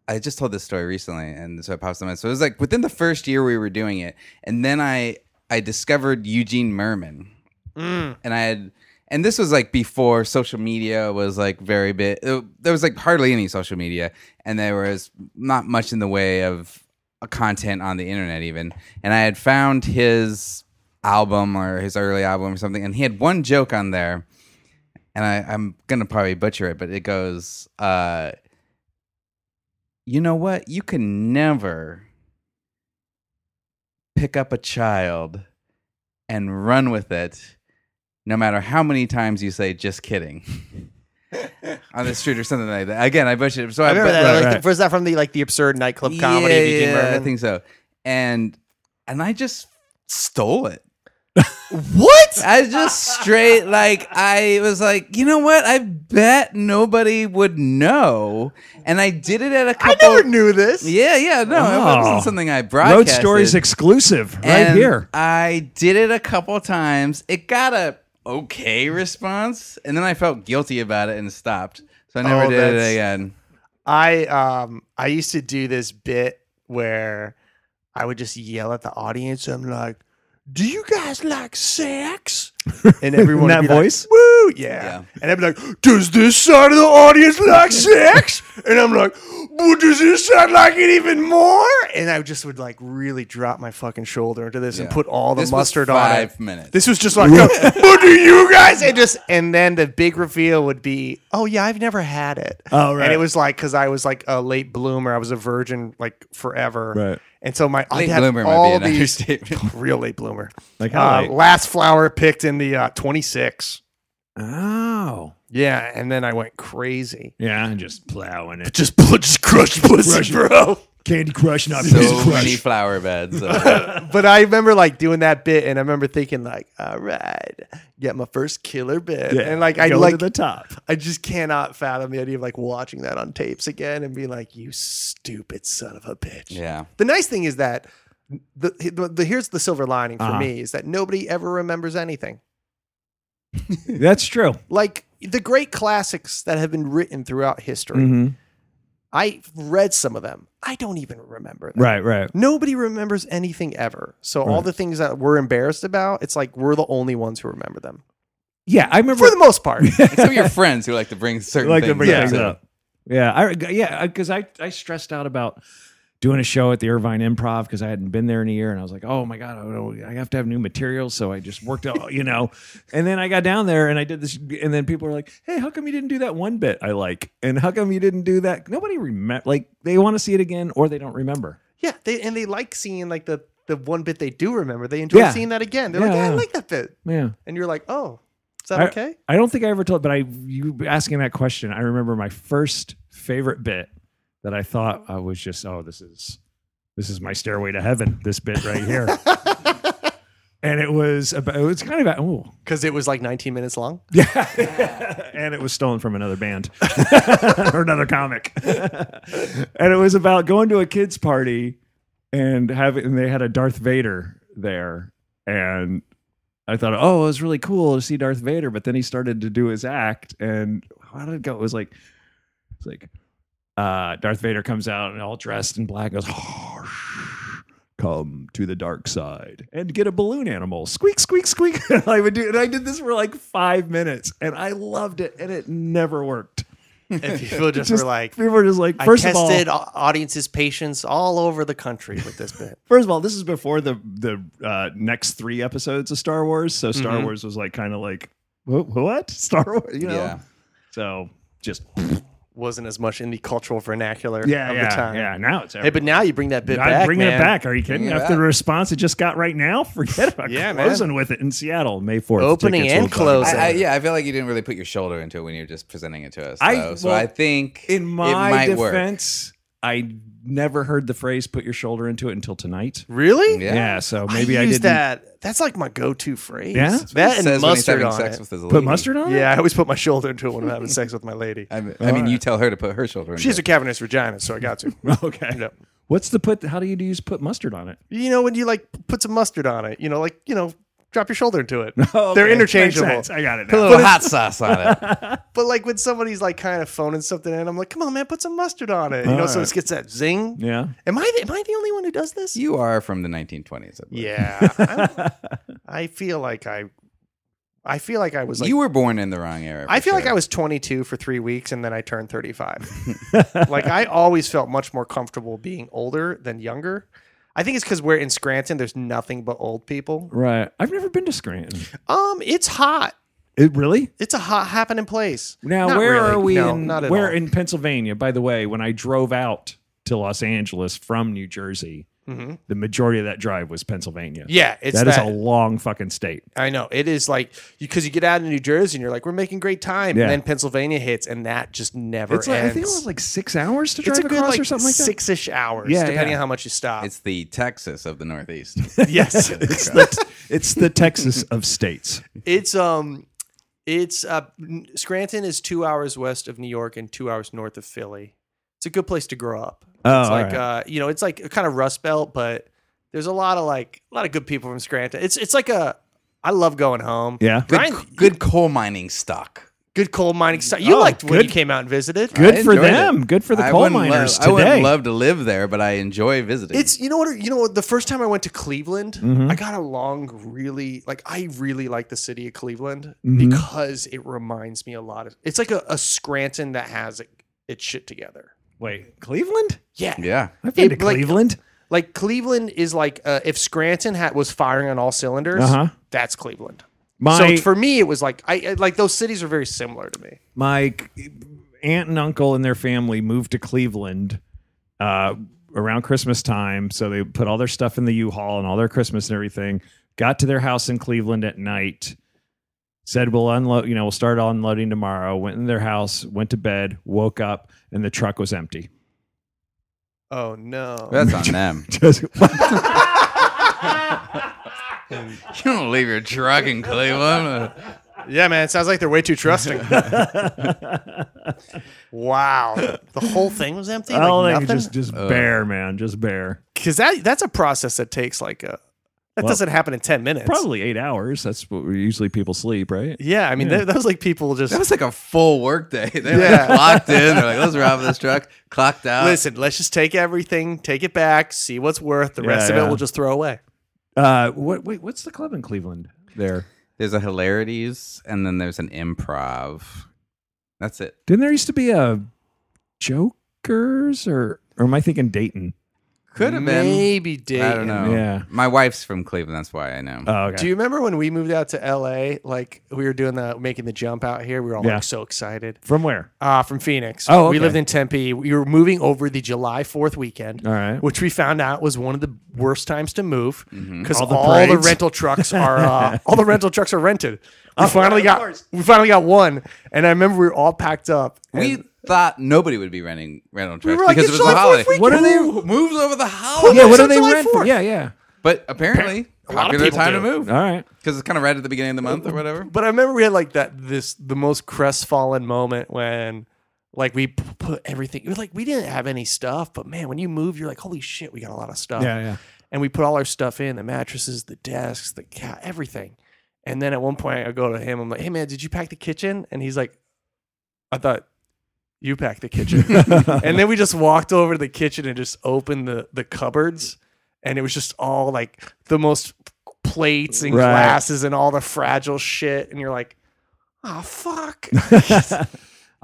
Speaker 3: I just told this story recently, and so I popped them in. So it was like within the first year we were doing it, and then I I discovered Eugene Merman,
Speaker 5: mm.
Speaker 3: and I had. And this was like before social media was like very big. There was like hardly any social media, and there was not much in the way of content on the internet even and i had found his album or his early album or something and he had one joke on there and I, i'm gonna probably butcher it but it goes uh you know what you can never pick up a child and run with it no matter how many times you say just kidding on the street or something like that again i butchered it so i,
Speaker 5: I remember
Speaker 3: but-
Speaker 5: that.
Speaker 3: right,
Speaker 5: like,
Speaker 4: right.
Speaker 5: the- Was that from the like the absurd nightclub comedy? of Eugene
Speaker 3: yeah, I
Speaker 5: Merman?
Speaker 3: think so. And and I just stole it.
Speaker 5: What?
Speaker 3: I just straight like I was like, you know what? I bet nobody would know, and I did it at a
Speaker 5: I
Speaker 3: couple.
Speaker 5: never Oh. knew this.
Speaker 3: Yeah, yeah, no, it
Speaker 4: Wow.
Speaker 3: wasn't something I
Speaker 4: Road
Speaker 3: broadcasted.
Speaker 4: Stories exclusive right
Speaker 3: And
Speaker 4: here.
Speaker 3: I did it a couple times. It got a okay response, and then I felt guilty about it and stopped. So I never
Speaker 5: Oh,
Speaker 3: did it
Speaker 5: that's-
Speaker 3: again.
Speaker 5: I um I used to do this bit where I would just yell at the audience. I'm like, "Do you guys like sex?" And everyone
Speaker 4: that
Speaker 5: would be like,
Speaker 4: voice?
Speaker 5: "Woo, yeah. And I'd be like, "Does this side of the audience like sex?" And I'm like, "Well, does this side like it even more?" And I just would like really drop my fucking shoulder into this and
Speaker 3: Yeah.
Speaker 5: put all the
Speaker 3: This was
Speaker 5: mustard on it.
Speaker 3: five minutes.
Speaker 5: This was just like, "What do you guys?" And just and then the big reveal would be, "Oh yeah, I've never had it."
Speaker 4: Oh, right.
Speaker 5: And it was like because I was like a late bloomer, I was a virgin like forever,
Speaker 4: Right.
Speaker 5: And so my I
Speaker 3: Late
Speaker 5: had
Speaker 3: bloomer might be
Speaker 5: all
Speaker 3: an
Speaker 5: these
Speaker 3: understatement.
Speaker 5: real late bloomer,
Speaker 4: Like how?
Speaker 5: uh,
Speaker 4: late?
Speaker 5: last flower picked in the uh, twenty six.
Speaker 4: oh,
Speaker 5: Yeah, and then I went crazy.
Speaker 4: yeah, I'm just plowing it.
Speaker 5: Just just crush pussy,
Speaker 4: Crush it.
Speaker 5: bro.
Speaker 4: Candy Crush, not
Speaker 3: so many flower beds. Uh,
Speaker 5: But I remember like doing that bit, and I remember thinking like, all right, get my first killer bit, and like I
Speaker 4: go
Speaker 5: like
Speaker 4: to the top.
Speaker 5: I just cannot fathom the idea of like watching that on tapes again and being like, "You stupid son of a bitch."
Speaker 3: yeah.
Speaker 5: The nice thing is that the, the, the here's the silver lining for
Speaker 4: Uh-huh.
Speaker 5: me is that nobody ever remembers anything.
Speaker 4: That's true.
Speaker 5: Like the great classics that have been written throughout history.
Speaker 4: Mm-hmm.
Speaker 5: I read some of them. I don't even remember them.
Speaker 4: Right, right.
Speaker 5: Nobody remembers anything ever. So all
Speaker 4: Right.
Speaker 5: the things that we're embarrassed about, it's like we're the only ones who remember them
Speaker 4: Yeah, I remember
Speaker 5: for the most part.
Speaker 3: Except your friends who like to bring certain
Speaker 4: like to
Speaker 3: things,
Speaker 4: bring
Speaker 3: up.
Speaker 4: things up. Yeah, I yeah, because I I stressed out about doing a show at the Irvine Improv because I hadn't been there in a year, and I was like, oh my god, I don't- I have to have new material, so I just worked out, you know. And then I got down there and I did this, and then people were like, hey, how come you didn't do that one bit I like, and how come you didn't do that? Nobody remember, like they want to see it again or they don't remember.
Speaker 5: Yeah, they and they like seeing like the the one bit they do remember. They enjoy
Speaker 4: Yeah.
Speaker 5: seeing that again. They're
Speaker 4: Yeah,
Speaker 5: like, yeah, I
Speaker 4: yeah.
Speaker 5: like that bit,
Speaker 4: Yeah.
Speaker 5: and you're like, oh, is that
Speaker 4: I-
Speaker 5: okay?
Speaker 4: I don't think I ever told, but I you asking that question, I remember my first favorite bit that I thought I was just, oh, this is this is my stairway to heaven. This bit right here, and it was about, it was kind of about, oh,
Speaker 5: Because it was like 19 minutes long.
Speaker 4: yeah, and it was stolen from another band or another comic, and it was about going to a kids party and having and they had a Darth Vader there, and I thought, oh, it was really cool to see Darth Vader, but then he started to do his act, and how did it go? It was like, it's like, uh, Darth Vader comes out and all dressed in black, and goes, come to the dark side and get a balloon animal, squeak, squeak, squeak. And I would do, and I did this for like five minutes, and I loved it, and it never worked.
Speaker 5: And people just,
Speaker 4: Just
Speaker 5: were like,
Speaker 4: people were just like,
Speaker 5: I
Speaker 4: first of all,
Speaker 5: tested au- audiences' patience all over the country with this bit.
Speaker 4: First of all, this is before the the uh, next three episodes of Star Wars, so Star
Speaker 5: Mm-hmm.
Speaker 4: Wars was like kind of like "Wha- what Star Wars, you know?
Speaker 3: Yeah.
Speaker 4: So just
Speaker 5: Wasn't as much in the cultural vernacular
Speaker 4: yeah,
Speaker 5: of
Speaker 4: yeah,
Speaker 5: the time.
Speaker 4: yeah. Now it's
Speaker 5: Hey, but now you bring that bit
Speaker 4: I
Speaker 5: back.
Speaker 4: bring
Speaker 5: man.
Speaker 4: it back. Are you kidding?
Speaker 3: Bring it
Speaker 4: After the
Speaker 3: back.
Speaker 4: response it just got right now, forget about
Speaker 5: Yeah, man.
Speaker 4: closing with it in Seattle May fourth.
Speaker 5: Opening and
Speaker 3: I,
Speaker 5: closing.
Speaker 3: I, yeah, I feel like you didn't really put your shoulder into it when you were just presenting it to us.
Speaker 4: I-
Speaker 3: though. so
Speaker 4: well,
Speaker 3: I think
Speaker 4: In
Speaker 3: it
Speaker 4: my
Speaker 3: might
Speaker 4: defense, I never heard the phrase "put your shoulder into it" until tonight.
Speaker 5: Really?
Speaker 3: work.
Speaker 4: Yeah,
Speaker 3: Yeah,
Speaker 4: so maybe I,
Speaker 5: use
Speaker 4: didn't
Speaker 5: that. That's like my go-to phrase.
Speaker 4: Yeah?
Speaker 5: that
Speaker 3: says
Speaker 5: and
Speaker 3: when he's
Speaker 5: mustard
Speaker 3: having
Speaker 5: on
Speaker 3: sex
Speaker 5: it.
Speaker 3: with his lady.
Speaker 4: put mustard on. it?
Speaker 5: yeah, I always put my shoulder into it when I'm having sex with my lady.
Speaker 3: I mean, I mean, you tell her to put her shoulder.
Speaker 5: She's a
Speaker 3: into
Speaker 5: cavernous vagina, so I got to.
Speaker 4: Okay.
Speaker 5: Yeah.
Speaker 4: What's the put? How do you use put mustard on it?
Speaker 5: you know, when you like put some mustard on it, you know, like, you know, drop your shoulder into it.
Speaker 4: Oh,
Speaker 5: They're
Speaker 4: okay.
Speaker 5: interchangeable.
Speaker 4: Makes sense. I got it.
Speaker 3: it. a
Speaker 4: now.
Speaker 3: little hot sauce on it.
Speaker 5: But like when somebody's like kind of phoning something in, I'm like, come on, man, put some mustard on it. You know, so it gets that zing.
Speaker 4: Yeah.
Speaker 5: Am I the, am I the only one who does this?
Speaker 3: You are from the 1920s. I believe.
Speaker 5: Yeah. I, I feel like I I feel like I was like
Speaker 3: you were born in the wrong era.
Speaker 5: I
Speaker 3: for
Speaker 5: feel like
Speaker 3: sure.
Speaker 5: I was 22 for three weeks and then I turned 35. like I always felt much more comfortable being older than younger. I think it's because we're in Scranton. There's nothing but old people.
Speaker 4: Right. I've never been to Scranton.
Speaker 5: Um, it's hot.
Speaker 4: It really?
Speaker 5: It's a hot happening place.
Speaker 4: Now,
Speaker 5: Not
Speaker 4: where
Speaker 5: really.
Speaker 4: are we?
Speaker 5: No,
Speaker 4: in,
Speaker 5: not at
Speaker 4: where
Speaker 5: all.
Speaker 4: in Pennsylvania? By the way, when I drove out to Los Angeles from New Jersey,
Speaker 5: Mhm.
Speaker 4: the majority of that drive was Pennsylvania.
Speaker 5: Yeah, it's that.
Speaker 4: that is a long fucking state.
Speaker 5: I know it is like because you, get out of New Jersey and you're like, we're making great time,
Speaker 4: Yeah.
Speaker 5: and then Pennsylvania hits, and that just never
Speaker 4: It's like, I
Speaker 5: ends.
Speaker 4: think it was like six hours to drive
Speaker 5: it's a good
Speaker 4: across
Speaker 5: like
Speaker 4: or something like that.
Speaker 5: six-ish hours,
Speaker 4: Yeah,
Speaker 5: depending
Speaker 4: yeah.
Speaker 5: on how much you stop.
Speaker 3: It's the Texas of the Northeast.
Speaker 5: yes,
Speaker 4: It's the, it's the Texas of states.
Speaker 5: It's um, it's uh, n- Scranton is two hours west of New York and two hours north of Philly. It's a good place to grow up.
Speaker 4: Oh,
Speaker 5: it's
Speaker 4: all
Speaker 5: like
Speaker 4: right.
Speaker 5: uh, you know, it's like a kind of Rust Belt, but there's a lot of like a lot of good people from Scranton. It's it's like a I love going home.
Speaker 4: Yeah.
Speaker 3: Good,
Speaker 5: Ryan,
Speaker 3: good coal mining stock.
Speaker 5: good coal mining stuff. You
Speaker 4: Oh,
Speaker 5: liked when
Speaker 4: good.
Speaker 5: you came out and visited.
Speaker 4: Good
Speaker 3: I
Speaker 4: for
Speaker 3: enjoyed
Speaker 4: them.
Speaker 3: it.
Speaker 4: Good for the
Speaker 3: I
Speaker 4: coal
Speaker 3: wouldn't
Speaker 4: miners
Speaker 3: love, I
Speaker 4: today.
Speaker 3: wouldn't love to live there, but I enjoy visiting.
Speaker 5: It's you know what you know what the first time I went to Cleveland,
Speaker 4: Mm-hmm.
Speaker 5: I got along really like I really like the city of Cleveland
Speaker 4: Mm-hmm.
Speaker 5: because it reminds me a lot of it's like a, a Scranton that has it, its shit together.
Speaker 4: Wait, Cleveland?
Speaker 5: Yeah.
Speaker 3: yeah.
Speaker 4: I've been
Speaker 5: It-
Speaker 4: to
Speaker 5: like-
Speaker 4: Cleveland.
Speaker 5: Like Cleveland is like uh, if Scranton had was firing on all cylinders,
Speaker 4: Uh-huh.
Speaker 5: that's Cleveland.
Speaker 4: My
Speaker 5: so for me it was like I I- like those cities are very similar to me.
Speaker 4: my aunt and uncle and their family moved to Cleveland uh, around Christmas time. So they put all their stuff in the U-Haul and all their Christmas and everything. Got to their house in Cleveland at night. Said we'll unload. You know, we'll start unloading tomorrow. Went in their house, went to bed, woke up, and the truck was empty.
Speaker 5: Oh no.
Speaker 3: That's on them.
Speaker 4: Just
Speaker 3: You don't leave your truck in Cleveland.
Speaker 5: yeah, man, it sounds like they're way too trusting. wow. The whole thing was empty? Like
Speaker 4: oh,
Speaker 5: nothing?
Speaker 4: just just bare, man, just bare.
Speaker 5: because that that's a process that takes like a that
Speaker 4: Well,
Speaker 5: doesn't happen in 10 minutes
Speaker 4: Probably eight hours. That's what usually people sleep, right?
Speaker 5: yeah i mean
Speaker 4: Yeah.
Speaker 5: that that was like people just
Speaker 3: That was like a full work day. They like
Speaker 5: Yeah.
Speaker 3: clocked in. They're like, let's rob this truck. Clocked
Speaker 4: uh,
Speaker 3: out.
Speaker 5: listen let's just take everything take it back see what's worth the rest
Speaker 4: Yeah,
Speaker 5: of
Speaker 4: yeah.
Speaker 5: it we'll just throw away
Speaker 4: Uh, what? Wait, what's the club in Cleveland? There.
Speaker 3: There's a hilarities and then there's an improv. That's it.
Speaker 4: Didn't there used to be a Joker's or or am I thinking Dayton?
Speaker 3: Could have been.
Speaker 5: maybe dayton
Speaker 3: I don't know.
Speaker 4: Yeah.
Speaker 3: My wife's from Cleveland. That's why I know.
Speaker 4: Oh,
Speaker 5: do you remember when we moved out to la like we were doing the making the jump out here we were all
Speaker 4: Yeah.
Speaker 5: like so excited
Speaker 4: From where?
Speaker 5: uh, from phoenix
Speaker 4: Oh,
Speaker 5: we
Speaker 4: okay.
Speaker 5: lived in tempe we were moving over the july 4th weekend
Speaker 4: All right.
Speaker 5: which we found out was one of the worst times to move
Speaker 3: Mm-hmm.
Speaker 5: because
Speaker 4: All the
Speaker 5: all, the
Speaker 4: parades.
Speaker 5: rental trucks are uh, all the rental trucks are rented. We finally got we finally got one, and I remember we were all packed up.
Speaker 3: we
Speaker 5: and-
Speaker 3: thought nobody would be renting rental trucks
Speaker 5: were like,
Speaker 3: because
Speaker 5: it's
Speaker 3: it was the
Speaker 5: July Fourth
Speaker 3: holiday.
Speaker 5: weekend.
Speaker 4: What are they-
Speaker 3: Who moves over the holiday?
Speaker 4: yeah,
Speaker 5: it's
Speaker 4: what
Speaker 5: on
Speaker 4: do they
Speaker 5: July
Speaker 4: rent?
Speaker 5: 4th.
Speaker 4: Yeah, yeah.
Speaker 3: But apparently,
Speaker 5: A lot of
Speaker 3: popular
Speaker 5: people
Speaker 3: time
Speaker 5: do.
Speaker 3: to move
Speaker 4: All right.
Speaker 3: because it's kind of right at the beginning of the month or whatever.
Speaker 5: but I remember we had like that this the most crestfallen moment when like we p- put everything. It was like we didn't have any stuff, but man, when you move, you're like, holy shit, we got a lot of stuff.
Speaker 4: Yeah, yeah.
Speaker 5: and we put all our stuff in the mattresses, the desks, the cat, everything. And then at one point, I go to him. I'm like, "Hey man, did you pack the kitchen?" And he's like, "I thought you packed the kitchen." and then we just walked over to the kitchen and just opened the the cupboards, and it was just all like the most plates and
Speaker 4: Right.
Speaker 5: glasses and all the fragile shit. And you're like, "Oh fuck!"
Speaker 4: I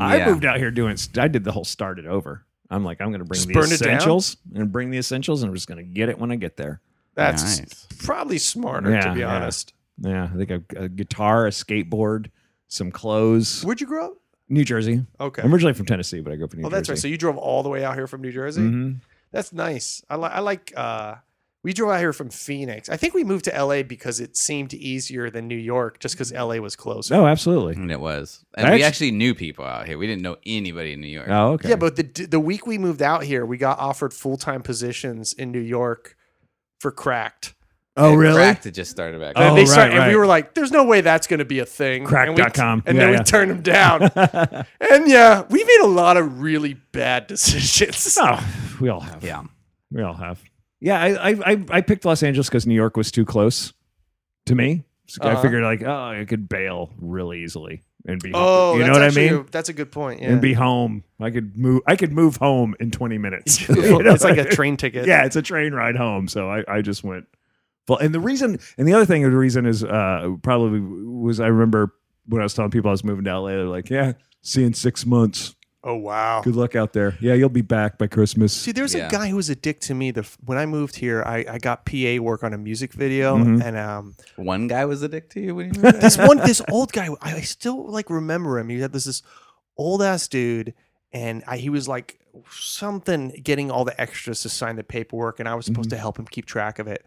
Speaker 3: Yeah.
Speaker 4: moved out here doing. st- I did the whole started over. I'm like, I'm going to bring
Speaker 5: Just
Speaker 4: the
Speaker 5: burn it down?
Speaker 4: essentials and bring the essentials, and I'm just going to get it when I get there.
Speaker 5: That's
Speaker 3: Nice.
Speaker 5: probably smarter
Speaker 4: Yeah,
Speaker 5: to be
Speaker 4: yeah.
Speaker 5: honest.
Speaker 4: Yeah, I think a, a guitar, a skateboard, some clothes.
Speaker 5: Where'd you grow up?
Speaker 4: New Jersey.
Speaker 5: Okay.
Speaker 4: I'm originally from Tennessee, but I grew up in New
Speaker 5: Oh,
Speaker 4: Jersey.
Speaker 5: that's right. So you drove all the way out here from New Jersey.
Speaker 4: Mhm.
Speaker 5: That's nice. I, li- I like. Uh, we drove out here from Phoenix. I think we moved to LA because it seemed easier than New York, just because LA was closer.
Speaker 4: Oh,
Speaker 5: Mm-hmm.
Speaker 4: absolutely.
Speaker 3: And it was. And
Speaker 4: I
Speaker 3: we
Speaker 4: actu-
Speaker 3: actually knew people out here. We didn't know anybody in New York.
Speaker 4: Oh, okay.
Speaker 5: Yeah, but the d- the week we moved out here, we got offered full time positions in New York for cracked.
Speaker 4: oh,
Speaker 3: And
Speaker 4: really?
Speaker 3: Cracked had just started back.
Speaker 4: Oh,
Speaker 5: And they start,
Speaker 4: right,
Speaker 5: and we
Speaker 4: right.
Speaker 5: were like, "There's no way that's going to be a thing." And we-
Speaker 4: Crack.com.
Speaker 5: and
Speaker 4: Yeah,
Speaker 5: then
Speaker 4: yeah.
Speaker 5: we turned them down. and yeah, we made a lot of really bad decisions.
Speaker 4: Oh, we all have.
Speaker 3: yeah.
Speaker 4: We all have. Yeah, I I I, I picked Los Angeles because New York was too close to me. So I
Speaker 5: Uh-huh.
Speaker 4: figured like, oh, I could bail really easily and be.
Speaker 5: Oh,
Speaker 4: you know
Speaker 5: that's
Speaker 4: what I
Speaker 5: actually
Speaker 4: mean?
Speaker 5: a- that's a good point. Yeah.
Speaker 4: And be home. I could move. I could move home in twenty minutes. You know?
Speaker 5: it's like a train ticket.
Speaker 4: Yeah, it's a train ride home. So I I just went Well, and the reason, and the other thing, the reason is uh, probably was I remember when I was telling people I was moving to LA, they're like, yeah, see you in six months.
Speaker 5: Oh wow.
Speaker 4: Good luck out there. Yeah, you'll be back by Christmas.
Speaker 5: See, there's
Speaker 3: Yeah.
Speaker 5: a guy who was a dick to me. The f- when I moved here, I, I got PA work on a music video, and um,
Speaker 3: One guy was a dick to you when you were there?
Speaker 5: this one, this old guy, I still like remember him. He had this this old ass dude, and I, he was like something getting all the extras to sign the paperwork, and I was supposed to help him keep track of it.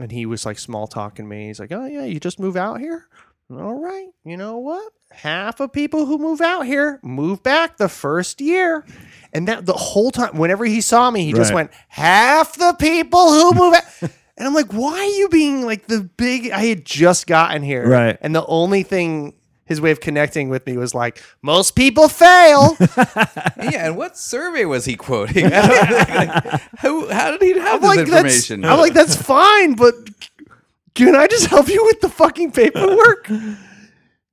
Speaker 5: And he was like small talking me. He's like, "Oh yeah, you just move out here? All right, you know what? Half of people who move out here move back the first year." And that the whole time, whenever he saw me, he just
Speaker 4: Right.
Speaker 5: went, half the people who move out. and I'm like, why are you being like the big? I had just gotten here.
Speaker 4: Right.
Speaker 5: And the only thing, his way of connecting with me was like, most people fail.
Speaker 3: yeah, and what survey was he quoting? I don't- like, who, how did he have
Speaker 5: I'm
Speaker 3: this
Speaker 5: like, that's, I'm
Speaker 3: information?
Speaker 5: like, that's fine, but can I just help you with the fucking paperwork?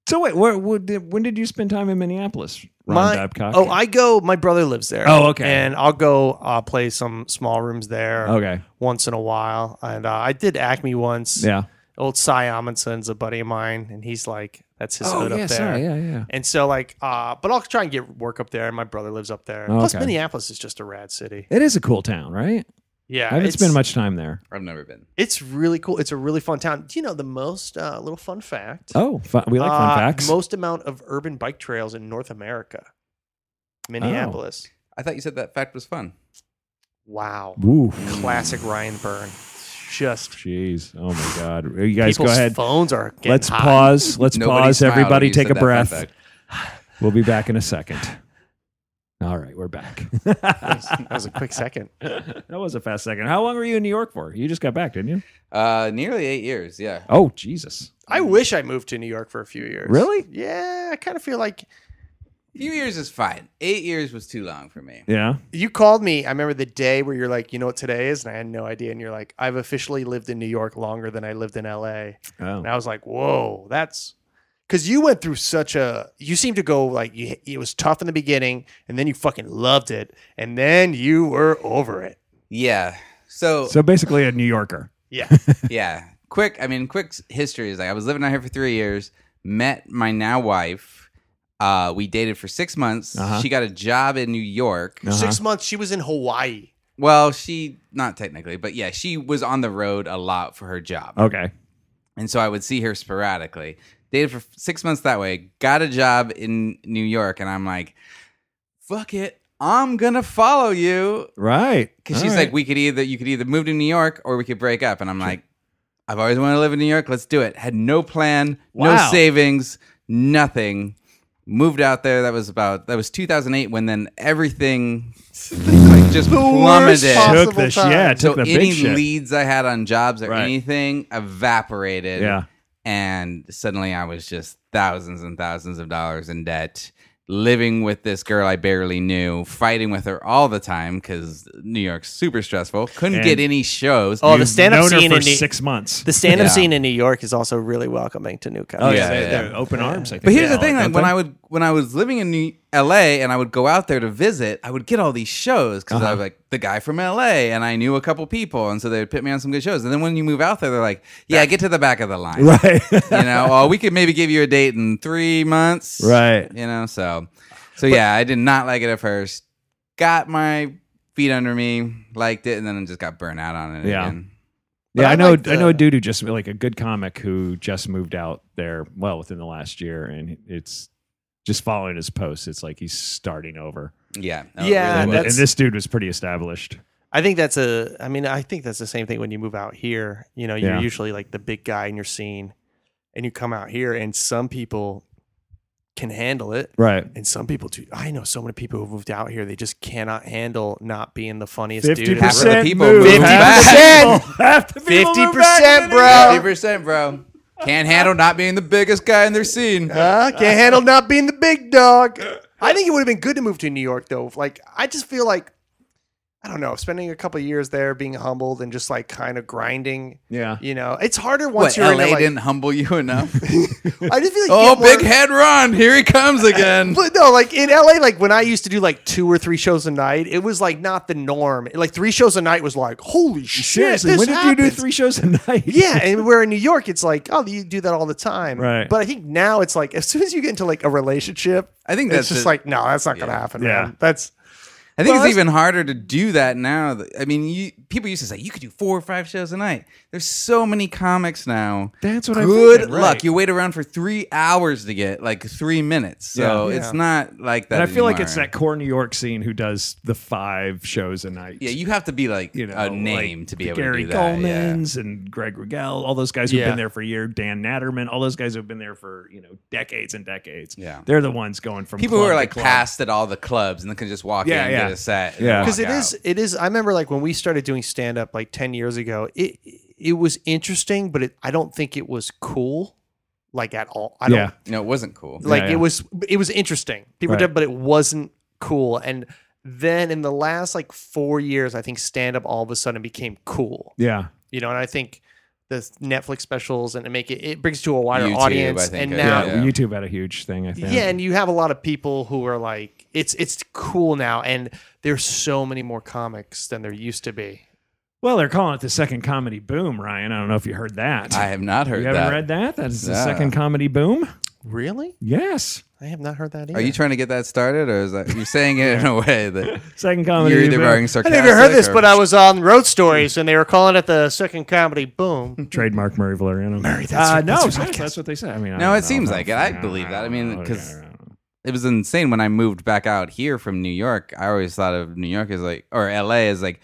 Speaker 4: So wait, where, what did, when did you spend time in Minneapolis, Ron
Speaker 5: my,
Speaker 4: Babcock?
Speaker 5: oh, I go, my brother lives there.
Speaker 4: Oh, okay. Oh.
Speaker 5: And I'll go uh, play some small rooms there
Speaker 4: okay,
Speaker 5: once in a while. And uh, I did Acme once.
Speaker 4: yeah.
Speaker 5: old Cy Amundsen's a buddy of mine, and he's like, that's his hood up there.
Speaker 4: Oh, yeah, yeah.
Speaker 5: And so like, uh, but I'll try and get work up there. My brother lives up there.
Speaker 4: Oh,
Speaker 5: Plus,
Speaker 4: okay.
Speaker 5: Minneapolis is just a rad city.
Speaker 4: It is a cool town, right?
Speaker 5: Yeah,
Speaker 4: I haven't
Speaker 5: it's,
Speaker 4: spent much time there.
Speaker 3: I've never been.
Speaker 5: It's really cool. It's a really fun town. Do you know the most uh, little fun fact?
Speaker 4: Oh, fun, we like
Speaker 5: Uh,
Speaker 4: fun facts.
Speaker 5: Most amount of urban bike trails in North America,
Speaker 4: Oh.
Speaker 5: Minneapolis.
Speaker 3: I thought you said that fact was fun.
Speaker 5: Wow,
Speaker 4: Ooh,
Speaker 5: classic Ryan Byrne. Just
Speaker 4: jeez. Oh my God. You guys
Speaker 5: people's
Speaker 4: go ahead.
Speaker 5: phones are getting
Speaker 4: Let's
Speaker 5: hot.
Speaker 4: pause. Let's
Speaker 3: Nobody
Speaker 4: pause.
Speaker 3: smiled when
Speaker 4: Everybody
Speaker 3: you
Speaker 4: take
Speaker 3: said
Speaker 4: a
Speaker 3: that fun
Speaker 4: breath.
Speaker 3: fact.
Speaker 4: We'll be back in a second. All right, we're back. that
Speaker 5: That was a quick second.
Speaker 4: was a fast second. How long were you in New York for? You just got back, didn't you?
Speaker 3: Uh, nearly eight years. Yeah.
Speaker 4: Oh, Jesus.
Speaker 5: I wish I moved to New York for a few years.
Speaker 4: Really?
Speaker 5: Yeah, I kind of feel like
Speaker 3: A few years is fine. Eight years was too long for me.
Speaker 4: Yeah.
Speaker 5: you called me. I remember the day where you're like, you know what today is? And I had no idea. And you're like, I've officially lived in New York longer than I lived in LA.
Speaker 4: Oh.
Speaker 5: And I was like, whoa, that's because you went through such a, you seemed to go like, you, it was tough in the beginning and then you fucking loved it. And then you were over it.
Speaker 3: Yeah. So,
Speaker 4: So basically a New Yorker.
Speaker 5: Yeah.
Speaker 4: Uh-huh.
Speaker 3: yeah, quick. I mean, quick s- history is like I was living out here for three years. Met my now wife. Uh, we dated for six months.
Speaker 4: Uh-huh.
Speaker 3: She got a job in New York.
Speaker 4: Uh-huh.
Speaker 5: Six months, she was in Hawaii.
Speaker 3: Well, she not technically, but yeah, she was on the road a lot for her job.
Speaker 4: Okay.
Speaker 3: and so I would see her sporadically. Dated for six months that way, got a job in New York, and I'm like, fuck it, I'm gonna follow you.
Speaker 4: Right.
Speaker 3: Cause
Speaker 4: All
Speaker 3: she's
Speaker 4: right.
Speaker 3: like, we could either, you could either move to New York or we could break up. And I'm like, I've always wanted to live in New York, let's do it. Had no plan,
Speaker 4: Wow.
Speaker 3: no savings, nothing. Moved out there. That was about, that was 2008 when then everything like, just
Speaker 5: worst
Speaker 3: plummeted
Speaker 5: possible
Speaker 4: took the sh-
Speaker 5: time.
Speaker 4: yeah, took
Speaker 3: so
Speaker 4: the
Speaker 3: any
Speaker 4: big shit.
Speaker 3: leads I had on jobs or
Speaker 4: Right.
Speaker 3: anything evaporated.
Speaker 4: Yeah.
Speaker 3: And suddenly I was just thousands and thousands of dollars in debt, living with this girl I barely knew, fighting with her all the time because New York's super stressful. Couldn't
Speaker 4: And-
Speaker 3: get any shows.
Speaker 5: Oh, the
Speaker 4: You've
Speaker 5: stand-up
Speaker 4: known her
Speaker 5: scene
Speaker 4: for
Speaker 5: in the-
Speaker 4: six months.
Speaker 5: The stand up
Speaker 3: Yeah.
Speaker 5: scene in New York is also really welcoming to newcomers.
Speaker 4: oh
Speaker 3: yeah,
Speaker 4: yeah, they-
Speaker 3: yeah,
Speaker 4: they're
Speaker 3: yeah.
Speaker 4: open arms. I think
Speaker 3: But here's
Speaker 4: they
Speaker 3: the thing: like
Speaker 4: are, don't
Speaker 3: when
Speaker 4: they?
Speaker 3: I would when I was living in New L.A. and I would go out there to visit, I would get all these shows because
Speaker 4: Uh-huh.
Speaker 3: I was like the guy from L.A. and I knew a couple people, and so they would put me on some good shows. And then when you move out there, they're like, "Yeah, get to the back of the line."
Speaker 4: right,
Speaker 3: you know, oh, we could maybe give you a date in three months.
Speaker 4: right.
Speaker 3: You know, so, so yeah, I did not like it at first. Got my feet under me, liked it, and then I just got burnt out on it
Speaker 4: Yeah.
Speaker 3: again.
Speaker 5: But
Speaker 4: yeah,
Speaker 5: I
Speaker 4: I know.
Speaker 5: like
Speaker 4: I know a
Speaker 5: the-
Speaker 4: dude who just like a good comic who just moved out there. Well, within the last year, and it's just following his posts. It's like he's starting over.
Speaker 3: Yeah.
Speaker 5: Yeah,
Speaker 4: And,
Speaker 3: was.
Speaker 5: that's-
Speaker 4: and this dude was pretty established.
Speaker 5: I think that's a. I mean, I think that's the same thing when you move out here. You know, you're
Speaker 4: Yeah.
Speaker 5: usually like the big guy in your scene, and you come out here, and some people can handle it,
Speaker 4: Right.
Speaker 5: and some people do. I know so many people who moved out here; they just cannot handle not being the funniest
Speaker 4: Fifty
Speaker 5: dude. in the
Speaker 3: Half of the
Speaker 4: percent.
Speaker 3: people moved back.
Speaker 4: Half the people moved back
Speaker 5: 50%,
Speaker 4: to the-
Speaker 5: bro.
Speaker 3: 50%, bro. Can't handle not being the biggest guy in their scene.
Speaker 5: Huh? Can't handle not being the big dog. I think it would have been good to move to New York, though. Like, I just feel like I don't know, spending a couple years there, being humbled and just like kind of grinding.
Speaker 4: Yeah.
Speaker 5: You know, it's harder once
Speaker 3: What,
Speaker 5: you're
Speaker 3: LA
Speaker 5: in like,
Speaker 3: didn't humble you enough?
Speaker 5: I just feel like you
Speaker 3: oh,
Speaker 5: get more-
Speaker 3: big head Ron, here he comes again.
Speaker 5: But no, like in LA, like when I used to do like two or three shows a night, it was like not the norm. Like three shows a night was like, holy shit.
Speaker 4: Seriously,
Speaker 5: this
Speaker 4: when did you do
Speaker 5: happens.
Speaker 4: three shows a night?
Speaker 5: Yeah, and where in New York, it's like, oh, you do that all the time.
Speaker 4: Right.
Speaker 5: But I think now it's like, as soon as you get into like a relationship,
Speaker 3: I think
Speaker 5: it's
Speaker 3: that's
Speaker 5: just
Speaker 3: it.
Speaker 5: like, no, that's not gonna happen.
Speaker 4: Yeah.
Speaker 5: man. that's
Speaker 3: I think
Speaker 5: Well,
Speaker 3: it's
Speaker 5: that's-
Speaker 3: even harder to do that now. Th- I mean, you, people used to say you could do four or five shows a night. There's so many comics now.
Speaker 4: That's what I'm
Speaker 3: Good
Speaker 4: thinking, right.
Speaker 3: luck. You wait around for three hours to get like three minutes. So
Speaker 4: Yeah.
Speaker 3: it's
Speaker 5: Yeah.
Speaker 3: not like that.
Speaker 4: And I feel like
Speaker 3: anymore.
Speaker 4: it's that core New York scene who does the five shows a night.
Speaker 3: Yeah, you have to be like
Speaker 4: you know,
Speaker 3: a name
Speaker 4: like
Speaker 3: to be
Speaker 4: the
Speaker 3: able
Speaker 4: Gary
Speaker 3: to do that. yeah.
Speaker 4: Goldman's and Greg Rigel, all those guys who've
Speaker 5: Yeah.
Speaker 4: been there for a year, Dan Natterman, all those guys who've been there for you know decades and decades.
Speaker 3: Yeah.
Speaker 4: they're the ones going from
Speaker 3: People who
Speaker 4: club
Speaker 3: are
Speaker 4: to
Speaker 3: like
Speaker 4: club.
Speaker 3: passed at all the clubs and then can just walk
Speaker 4: Yeah,
Speaker 3: in,
Speaker 4: yeah.
Speaker 3: get a set.
Speaker 4: Yeah.
Speaker 5: because it
Speaker 3: it
Speaker 5: is it is I remember like when we started doing stand up like 10 years ago, it it was interesting, but it, I don't think it was cool like at all. I don't
Speaker 4: Yeah,
Speaker 3: No, it wasn't cool.
Speaker 5: like
Speaker 4: Yeah, yeah.
Speaker 5: it was it was interesting people
Speaker 4: Right.
Speaker 5: did but it wasn't cool and then in the last like four years i think stand up all of a sudden became cool
Speaker 4: yeah,
Speaker 5: you know and i think the netflix specials and it make it it brings to a wider
Speaker 3: YouTube,
Speaker 5: audience
Speaker 3: I think,
Speaker 5: and
Speaker 3: uh,
Speaker 5: now
Speaker 4: yeah.
Speaker 3: Yeah.
Speaker 4: YouTube had a huge thing. I think.
Speaker 5: yeah and you have a lot of people who are like it's it's cool now and there's so many more comics than there used to be
Speaker 4: well, they're calling it the second comedy boom, Ryan. I don't know if you heard that.
Speaker 3: I have not heard
Speaker 4: you haven't
Speaker 3: that.
Speaker 4: read that? That is the
Speaker 3: Yeah.
Speaker 4: second comedy boom.
Speaker 5: really
Speaker 4: Yes,
Speaker 5: i have not heard that either
Speaker 3: Are you trying to get that started, or is that you're saying it in a way that
Speaker 4: second comedy.
Speaker 3: you're either
Speaker 4: boom.
Speaker 3: being
Speaker 5: I
Speaker 3: sarcastic?
Speaker 5: never heard this,
Speaker 3: or-
Speaker 5: but I was on Road Stories and they were calling it the second comedy boom.
Speaker 4: trademark Murray Valeriano. Murray,
Speaker 5: that's
Speaker 4: uh,
Speaker 5: what-
Speaker 4: no,
Speaker 5: that's what
Speaker 4: that's,
Speaker 5: podcast-
Speaker 4: that's what they said. I mean, I
Speaker 3: No,
Speaker 4: don't
Speaker 3: it seems
Speaker 4: know.
Speaker 3: like it. I believe that. I mean,
Speaker 4: don't know.
Speaker 3: 'cause- it was insane when I moved back out here from New York. I always thought of New York as like, or LA as like,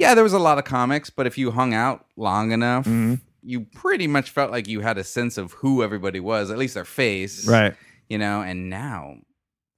Speaker 3: yeah, there was a lot of comics, but if you hung out long enough,
Speaker 4: Mm. Mm-hmm.
Speaker 3: you pretty much felt like you had a sense of who everybody was, at least their face,
Speaker 4: right.
Speaker 3: You know, and now,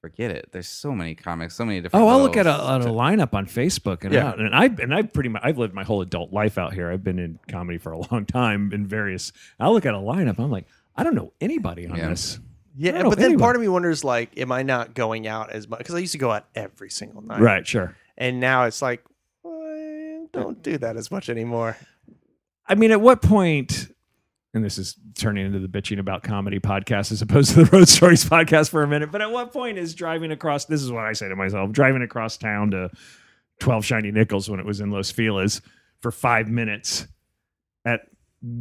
Speaker 3: forget it. There's so many comics, so many different.
Speaker 4: Oh, I'll look at
Speaker 3: little-
Speaker 4: a, at a lineup on Facebook and
Speaker 5: Yeah.
Speaker 4: out, and I and I pretty much I've lived my whole adult life out here. I've been in comedy for a long time in various. I'll look at a lineup. I'm like, I don't know anybody on
Speaker 3: Yeah.
Speaker 4: this. I
Speaker 5: Yeah,
Speaker 4: don't
Speaker 5: but
Speaker 4: know
Speaker 5: then
Speaker 4: anyone.
Speaker 5: part of me wonders, like, am I not going out as much? Because I used to go out every single night,
Speaker 4: Right, sure.
Speaker 5: And now it's like, well, don't do that as much anymore.
Speaker 4: I mean, at what point? And this is turning into the bitching about comedy podcast as opposed to the road stories podcast for a minute. But at what point is driving across? This is what I say to myself: driving across town to Twelve Shiny Nickels when it was in Los Feliz for five minutes at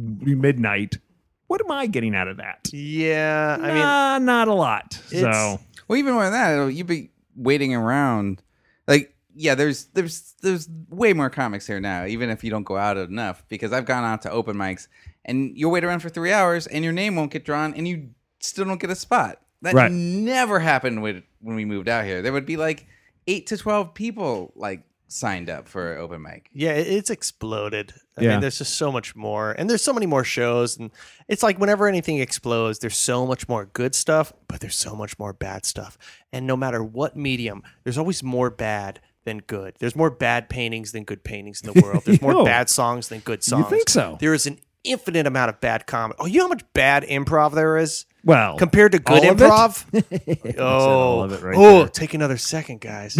Speaker 4: midnight. What am I getting out of that?
Speaker 5: Yeah, I mean,
Speaker 4: nah, not a lot.
Speaker 5: It's-
Speaker 4: So
Speaker 3: Well, even more than that, it'll- you'd be waiting around. Like, yeah, there's there's there's way more comics here now, even if you don't go out enough. Because I've gone out to open mics, and you'll wait around for three hours, and your name won't get drawn, and you still don't get a spot. That
Speaker 4: Right.
Speaker 3: never happened with, when we moved out here. There would be like eight to twelve people like signed up for open mic.
Speaker 5: yeah, it- it's exploded. I
Speaker 4: Yeah.
Speaker 5: mean, there's just so much more, and there's so many more shows, and it's like whenever anything explodes, there's so much more good stuff, but there's so much more bad stuff. And no matter what medium, there's always more bad than good. There's more bad paintings than good paintings in the world. There's more
Speaker 4: Yo.
Speaker 5: bad songs than good songs.
Speaker 4: think so?
Speaker 5: There is an infinite amount of bad comedy. Oh, you know how much bad improv there is?
Speaker 4: well,
Speaker 5: compared to good
Speaker 4: Oh, all of it?
Speaker 5: improv. oh,
Speaker 4: all of it right
Speaker 5: oh, take another second, guys.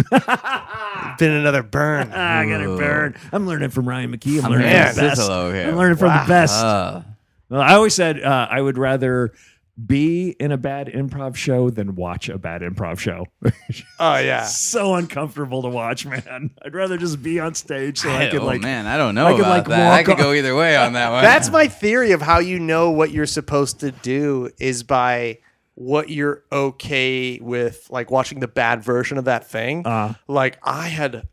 Speaker 5: Been another burn.
Speaker 4: ah, I got to burn. I'm learning from Ryan McKee. I'm, learning
Speaker 5: learning
Speaker 4: from the
Speaker 3: from
Speaker 4: best.
Speaker 3: Sizzle over here.
Speaker 4: I'm learning from the best.
Speaker 3: Uh,
Speaker 4: Well, I always said uh, I would rather be in a bad improv show than watch a bad improv show.
Speaker 5: Oh yeah.
Speaker 4: so uncomfortable to watch, man. I'd rather just be on stage so I,
Speaker 3: I-
Speaker 4: could
Speaker 3: oh
Speaker 4: like.
Speaker 3: man, I don't know
Speaker 4: I could,
Speaker 3: about
Speaker 4: like,
Speaker 3: that. I
Speaker 4: walk
Speaker 3: could
Speaker 4: on-
Speaker 3: go either way on that one.
Speaker 5: That's my theory of how you know what you're supposed to do is by what you're okay with, like watching the bad version of that thing.
Speaker 4: Uh,
Speaker 5: like I had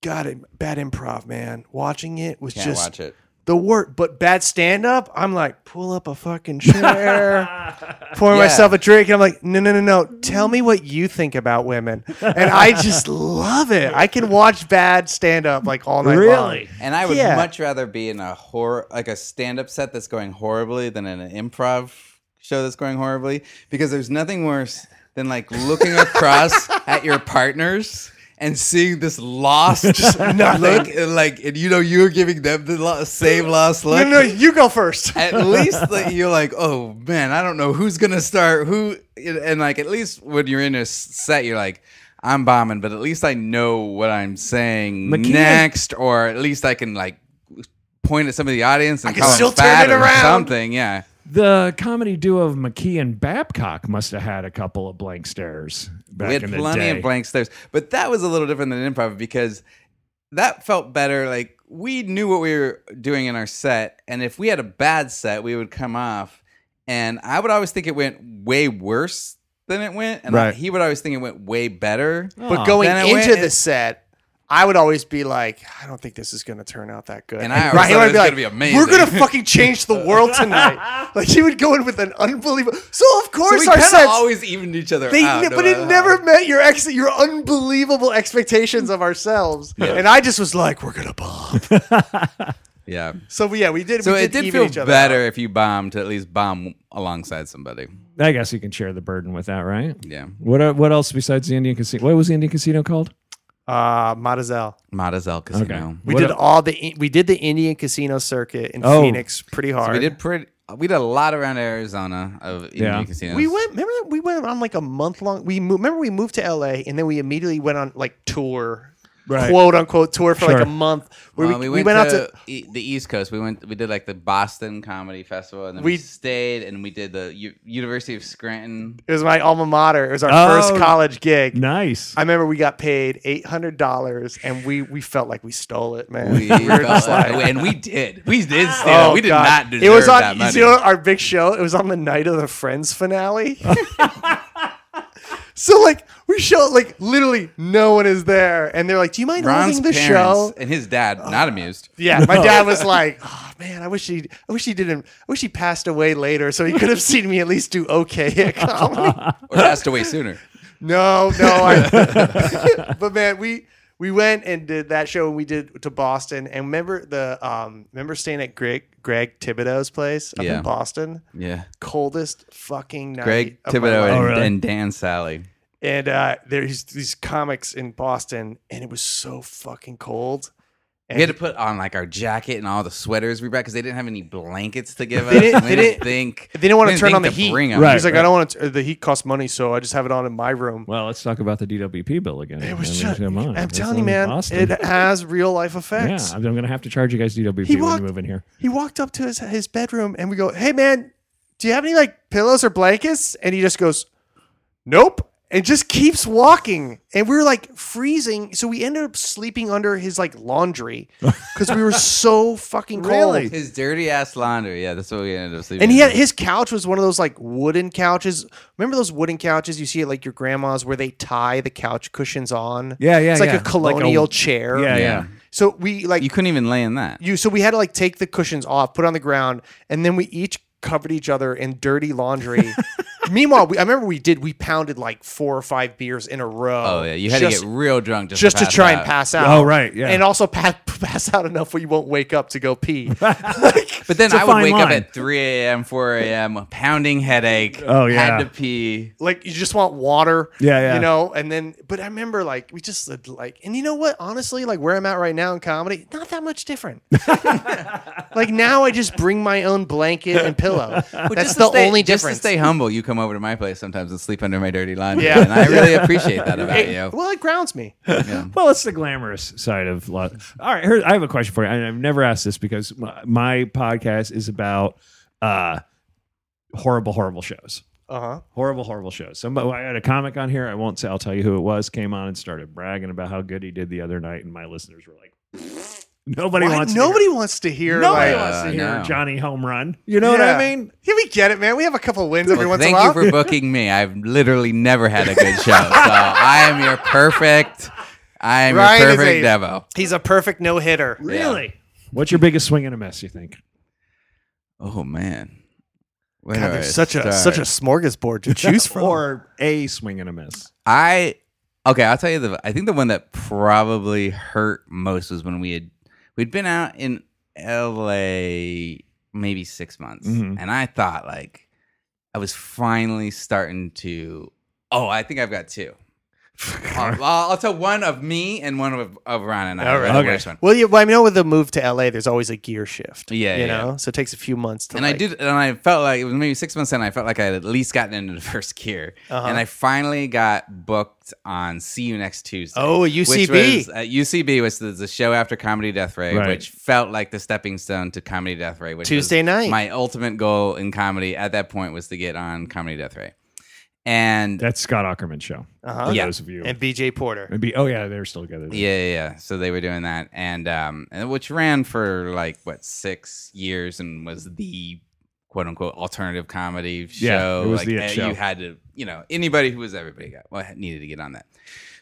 Speaker 5: got it bad improv, man. Watching it was
Speaker 3: can't
Speaker 5: just
Speaker 3: watch it.
Speaker 5: the work, but bad stand up, I'm like, pull up a fucking chair, pour
Speaker 3: Yeah.
Speaker 5: myself a drink. And I'm like, no, no, no, no. Tell me what you think about women. And I just love it. I can watch bad stand up like all night long.
Speaker 4: really?
Speaker 3: And I would
Speaker 5: Yeah.
Speaker 3: much rather be in a horror, like a stand-up set that's going horribly, than in an improv show that's going horribly, because there's nothing worse than like looking across at your partners and seeing this lost look, and like, and you know you're giving them the lo- same lost look.
Speaker 5: No, no, no, you go first.
Speaker 3: At least like, you're like, oh man, I don't know who's gonna start who, and like at least when you're in a s- set, you're like. I'm bombing, but at least I know what I'm saying
Speaker 4: Makita-
Speaker 3: next, or at least I can like point at some of the audience and
Speaker 5: can
Speaker 3: call
Speaker 5: still
Speaker 3: them
Speaker 5: turn
Speaker 3: fat
Speaker 5: it
Speaker 3: or
Speaker 5: around.
Speaker 3: something. Yeah,
Speaker 4: The comedy duo of McKee and Babcock must have had a couple of blank stares back
Speaker 3: we had
Speaker 4: in the
Speaker 3: plenty
Speaker 4: day.
Speaker 3: of blank stares, but that was a little different than improv because that felt better. Like we knew what we were doing in our set, and if we had a bad set, we would come off, and I would always think it went way worse than it went, and I-
Speaker 5: Right.
Speaker 3: he would always think it went way better.
Speaker 5: But going
Speaker 3: Then it
Speaker 5: into
Speaker 3: went-
Speaker 5: the set, I would always be like, I don't think this is going to turn out that good.
Speaker 3: And I always
Speaker 5: Ryan
Speaker 3: thought
Speaker 5: would
Speaker 3: it was gonna be amazing.
Speaker 5: We're going to fucking change the world tonight. like he would go in with an unbelievable. So of
Speaker 3: So
Speaker 5: course
Speaker 3: we
Speaker 5: our
Speaker 3: kind of
Speaker 5: sets.
Speaker 3: always uh, evened each other
Speaker 5: they,
Speaker 3: out. no
Speaker 5: but it
Speaker 3: matter
Speaker 5: never
Speaker 3: how.
Speaker 5: met your ex, your unbelievable expectations of ourselves, and I just was like, "We're gonna bomb."
Speaker 3: Yeah.
Speaker 5: So yeah, we did.
Speaker 3: So
Speaker 5: we
Speaker 3: it did
Speaker 5: even
Speaker 3: feel
Speaker 5: each other
Speaker 3: better
Speaker 5: out.
Speaker 3: if you bombed to at least bomb alongside somebody.
Speaker 4: I guess you can share the burden with that, right?
Speaker 3: Yeah.
Speaker 4: What uh, what else besides the Indian Casino? What was the Indian Casino called?
Speaker 5: Uh, Matazel.
Speaker 3: Madezel Casino.
Speaker 5: We
Speaker 4: What
Speaker 5: did
Speaker 4: a-
Speaker 5: all the we did the Indian casino circuit in
Speaker 4: Oh.
Speaker 5: Phoenix pretty hard.
Speaker 3: We did pretty. We did a lot around Arizona of Indian
Speaker 4: Yeah.
Speaker 3: casinos.
Speaker 5: We went. Remember that we went on like a month long. We mo- remember we moved to L.A. and then we immediately went on like tour,
Speaker 4: Right.
Speaker 5: quote unquote tour for like
Speaker 4: Sure.
Speaker 5: a month. Where
Speaker 3: Well,
Speaker 5: we,
Speaker 3: Uh, we,
Speaker 5: we
Speaker 3: went
Speaker 5: went
Speaker 3: to
Speaker 5: out to
Speaker 3: e- the East Coast. We went. We did like the Boston Comedy Festival, and then we,
Speaker 5: We-
Speaker 3: stayed, and we did the U- University of Scranton.
Speaker 5: it was my alma mater. It was our
Speaker 4: Oh.
Speaker 5: first college gig.
Speaker 4: Nice.
Speaker 5: I remember we got paid eight hundred dollars and we we felt like we stole it, man.
Speaker 3: We
Speaker 5: We were
Speaker 3: felt
Speaker 5: just
Speaker 3: like-
Speaker 5: like-
Speaker 3: and we did. We did. Steal.
Speaker 5: Oh,
Speaker 3: we did
Speaker 5: God.
Speaker 3: not deserve
Speaker 5: It was on
Speaker 3: that money.
Speaker 5: You know, our big show. It was on the night of the Friends finale. so like we show like literally no one is there, and they're like, "Do you mind
Speaker 3: Ron's
Speaker 5: holding the
Speaker 3: parents
Speaker 5: show?" Oh,
Speaker 3: and his dad not amused.
Speaker 5: Yeah, my dad was like, "Oh man, I wish he, I wish he didn't, I wish he passed away later, so he could have seen me at least do okay at comedy."
Speaker 3: or passed away sooner.
Speaker 5: No, no. I, but man, we we went and did that show, and we did to Boston. And remember the um, remember staying at Greg Greg Thibodeau's place up
Speaker 3: Yeah.
Speaker 5: in Boston.
Speaker 3: Yeah.
Speaker 5: Coldest fucking night.
Speaker 3: Greg
Speaker 5: of my
Speaker 3: Thibodeau
Speaker 5: life.
Speaker 3: and,
Speaker 4: Oh, really?
Speaker 3: and Dan Sally.
Speaker 5: and uh, there's these comics in Boston, and it was so fucking cold. And
Speaker 3: We had to put on like our jacket and all the sweaters we brought because they didn't have any blankets to give us.
Speaker 5: They didn't-
Speaker 3: and
Speaker 5: they didn't-
Speaker 3: think
Speaker 5: they didn't want to
Speaker 3: didn't
Speaker 5: turn
Speaker 3: think
Speaker 5: on the heat.
Speaker 3: Bring 'em.
Speaker 4: Right.
Speaker 5: He's like, I don't want to. The heat costs money, so I just have it on in my room.
Speaker 4: Well, let's talk about the DWP bill again.
Speaker 5: It was
Speaker 4: I mean,
Speaker 5: just.
Speaker 4: come on.
Speaker 5: I'm
Speaker 4: It's
Speaker 5: telling
Speaker 4: in
Speaker 5: you, man,
Speaker 4: Boston.
Speaker 5: it has real life
Speaker 4: yeah,
Speaker 5: effects.
Speaker 4: I'm, going to have to charge you guys DWP
Speaker 5: He
Speaker 4: when
Speaker 5: walked-
Speaker 4: you move in here.
Speaker 5: he walked up to his his bedroom and we go, "Hey man, do you have any like pillows or blankets?" And he just goes, "Nope." And just keeps walking. And we were like freezing, so we ended up sleeping under his like laundry cuz we were so fucking cold.
Speaker 3: His dirty ass laundry. Yeah, that's what we ended up sleeping.
Speaker 5: And he
Speaker 3: on.
Speaker 5: had his couch was one of those like wooden couches. Remember those wooden couches you see at like your grandma's where they tie the couch cushions on?
Speaker 4: Yeah, yeah,
Speaker 5: It's like
Speaker 4: yeah.
Speaker 5: a
Speaker 4: Like a-
Speaker 5: colonial chair.
Speaker 4: Yeah,
Speaker 3: yeah.
Speaker 4: yeah.
Speaker 5: So we like
Speaker 3: you couldn't even lay in that.
Speaker 5: you so we had to like take the cushions off, put it on the ground, and then we each covered each other in dirty laundry. Meanwhile, we, I remember we did we pounded like four or five beers in a row.
Speaker 3: oh yeah, you had
Speaker 5: just,
Speaker 3: to get real drunk just,
Speaker 5: just to
Speaker 3: pass
Speaker 5: try
Speaker 3: out.
Speaker 5: and pass out.
Speaker 4: Oh, right, yeah.
Speaker 5: and also pass, pass out enough where you won't wake up to go pee. Like,
Speaker 3: But then
Speaker 4: a
Speaker 3: I would
Speaker 4: fine
Speaker 3: wake up
Speaker 4: line.
Speaker 3: at 3 a.m., 4 a.m., pounding headache.
Speaker 4: Oh,
Speaker 3: had
Speaker 4: yeah.
Speaker 3: to pee.
Speaker 5: like you just want water.
Speaker 4: Yeah, yeah.
Speaker 5: You know, and then but I remember like we just lived, like and you know what? Honestly, like where I'm at right now in comedy, not that much different. like now I just bring my own blanket and pillow. That's
Speaker 3: Just to
Speaker 5: the
Speaker 3: stay-
Speaker 5: only
Speaker 3: just
Speaker 5: difference.
Speaker 3: to stay humble. You come over to my place sometimes and sleep under my dirty laundry,
Speaker 5: Yeah.
Speaker 3: and I really appreciate that about
Speaker 5: It-
Speaker 3: you.
Speaker 5: Well, it grounds me.
Speaker 4: Well, it's the glamorous side of life. All right, here, I have a question for you. And I've never asked this because my, my podcast is about uh, horrible, horrible shows.
Speaker 5: Uh huh.
Speaker 4: Horrible, horrible shows. Somebody, I had a comic on here. I won't say. I'll tell you who it was. Came on and started bragging about how good he did the other night, and my listeners were like, "Nobody wants. to hear-
Speaker 5: Nobody wants to hear.
Speaker 4: nobody
Speaker 5: like,
Speaker 4: wants to
Speaker 3: Uh,
Speaker 4: hear
Speaker 3: no.
Speaker 4: Johnny home run." You know what I
Speaker 5: Yeah.
Speaker 4: mean?
Speaker 5: Yeah, we get it, man. We have a couple wins every
Speaker 3: Well,
Speaker 5: once in a
Speaker 3: thank
Speaker 5: while.
Speaker 3: you for booking me. I've literally never had a good show, so I am your perfect. I am
Speaker 5: Ryan
Speaker 3: your
Speaker 5: is
Speaker 3: perfect
Speaker 5: a-
Speaker 3: Devo.
Speaker 5: He's a perfect no hitter.
Speaker 4: Really? What's your biggest swing and a miss? You think?
Speaker 3: Oh man, Where
Speaker 5: God,
Speaker 3: do I
Speaker 5: there's such a
Speaker 3: start?
Speaker 5: such a smorgasbord to choose from.
Speaker 4: or a swing and a miss?
Speaker 3: I okay. I'll tell you the. I think the one that probably hurt most was when we had we'd been out in L.A. maybe six months,
Speaker 5: Mm-hmm.
Speaker 4: Mhm.
Speaker 3: and I thought like I was finally starting to. Oh, I think I've got two. I'll, I'll- I'll tell one of me and one of, of Ron and I.
Speaker 5: All right.
Speaker 3: the
Speaker 4: Okay.
Speaker 3: worst one.
Speaker 5: Well, you, well, I know with the move to LA, there's always a gear shift.
Speaker 3: Yeah,
Speaker 5: you
Speaker 3: yeah,
Speaker 5: know, so it takes a few months to.
Speaker 3: And I
Speaker 5: like-
Speaker 3: did, and I felt like it was maybe six months in. I felt like I had at least gotten into the first gear,
Speaker 5: uh-huh.
Speaker 3: and I finally got booked on See You Next Tuesday.
Speaker 5: Oh,
Speaker 3: Which
Speaker 5: UCB.
Speaker 3: was, uh, UCB was the, the show after Comedy Death Ray,
Speaker 4: Right.
Speaker 3: which felt like the stepping stone to Comedy Death Ray. Which
Speaker 5: Tuesday
Speaker 3: was
Speaker 5: night.
Speaker 3: My ultimate goal in comedy at that point was to get on Comedy Death Ray, and
Speaker 4: That's Scott Ackerman's show.
Speaker 5: Uh-huh.
Speaker 4: For
Speaker 3: Yeah.
Speaker 4: those of you.
Speaker 5: and BJ Porter.
Speaker 4: Maybe, oh, yeah, they're still together.
Speaker 3: Yeah, yeah, yeah. So they were doing that, and um, and which ran for like what six years, and was the quote unquote alternative comedy show.
Speaker 4: Yeah, it was
Speaker 3: like
Speaker 4: the it
Speaker 3: eh,
Speaker 4: show.
Speaker 3: you had to, you know, anybody who was everybody got well needed to get on that.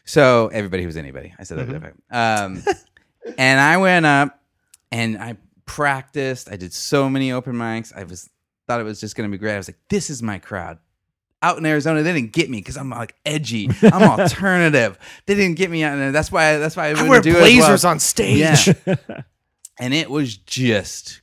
Speaker 3: So everybody who was anybody, I
Speaker 4: Mm-hmm.
Speaker 3: said that. with effect. Um, and I went up and I practiced. I did so many open mics. I was thought it was just going to be great. I was like, this is my crowd out in Arizona, they didn't get me because I'm like edgy. I'm alternative. They didn't get me out there. That's why. That's why I
Speaker 5: I
Speaker 3: wouldn't
Speaker 5: wear
Speaker 3: do
Speaker 5: blazers
Speaker 3: it. well.
Speaker 5: on stage.
Speaker 3: Yeah. and it was just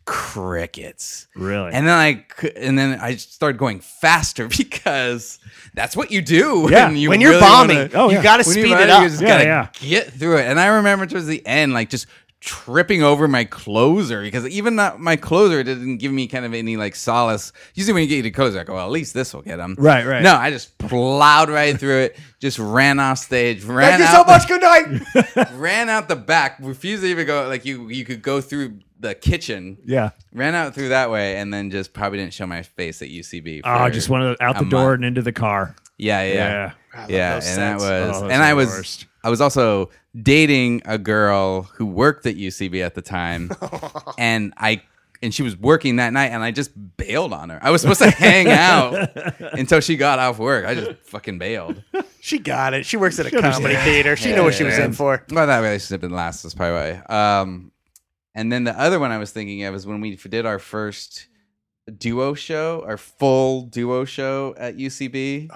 Speaker 3: crickets.
Speaker 4: Really?
Speaker 3: And then I cou- and then I started going faster because that's what you do
Speaker 4: Yeah.
Speaker 3: when you
Speaker 5: when you're
Speaker 3: really
Speaker 5: bombing,
Speaker 3: wanna-
Speaker 4: oh,
Speaker 5: you
Speaker 4: yeah.
Speaker 5: got to
Speaker 3: when you
Speaker 5: speed
Speaker 3: run,
Speaker 5: it
Speaker 3: You
Speaker 5: up.
Speaker 3: just
Speaker 4: Yeah,
Speaker 3: gotta
Speaker 4: yeah.
Speaker 3: get through it. And I remember towards the end, like just tripping over my closer because even not my closer didn't give me kind of any like solace. Usually when you get your closer, I go, well, at least this will get him.
Speaker 4: Right, right.
Speaker 3: No, I just plowed right through it. Just ran off stage. Ran
Speaker 5: Thank you
Speaker 3: out
Speaker 5: so
Speaker 3: the-
Speaker 5: much. Good night.
Speaker 3: ran out the back. Refused to even go. Like you, you could go through the kitchen.
Speaker 4: yeah.
Speaker 3: Ran out through that way, and then just probably didn't show my face at UCB.
Speaker 4: Oh,
Speaker 3: for-
Speaker 4: just one of the, out the
Speaker 3: a
Speaker 4: door
Speaker 3: month.
Speaker 4: and into the car.
Speaker 3: Yeah, yeah,
Speaker 4: Yeah.
Speaker 3: yeah.
Speaker 5: love
Speaker 3: yeah, and
Speaker 5: those
Speaker 3: that
Speaker 5: sets.
Speaker 3: was,
Speaker 4: Oh, those
Speaker 3: and
Speaker 4: are
Speaker 3: I
Speaker 4: the
Speaker 3: was,
Speaker 4: worst.
Speaker 3: I was also dating a girl who worked at UCB at the time, and I, and she was working that night, and I just bailed on her. I was supposed to hang out until she got off work. I just fucking bailed.
Speaker 5: She got it. She works at a comedy theater. She knew what she was in for.
Speaker 3: Well, that relationship didn't last. That's probably why. Um, and then the other one I was thinking of is when we did our first duo show, our full duo show at UCB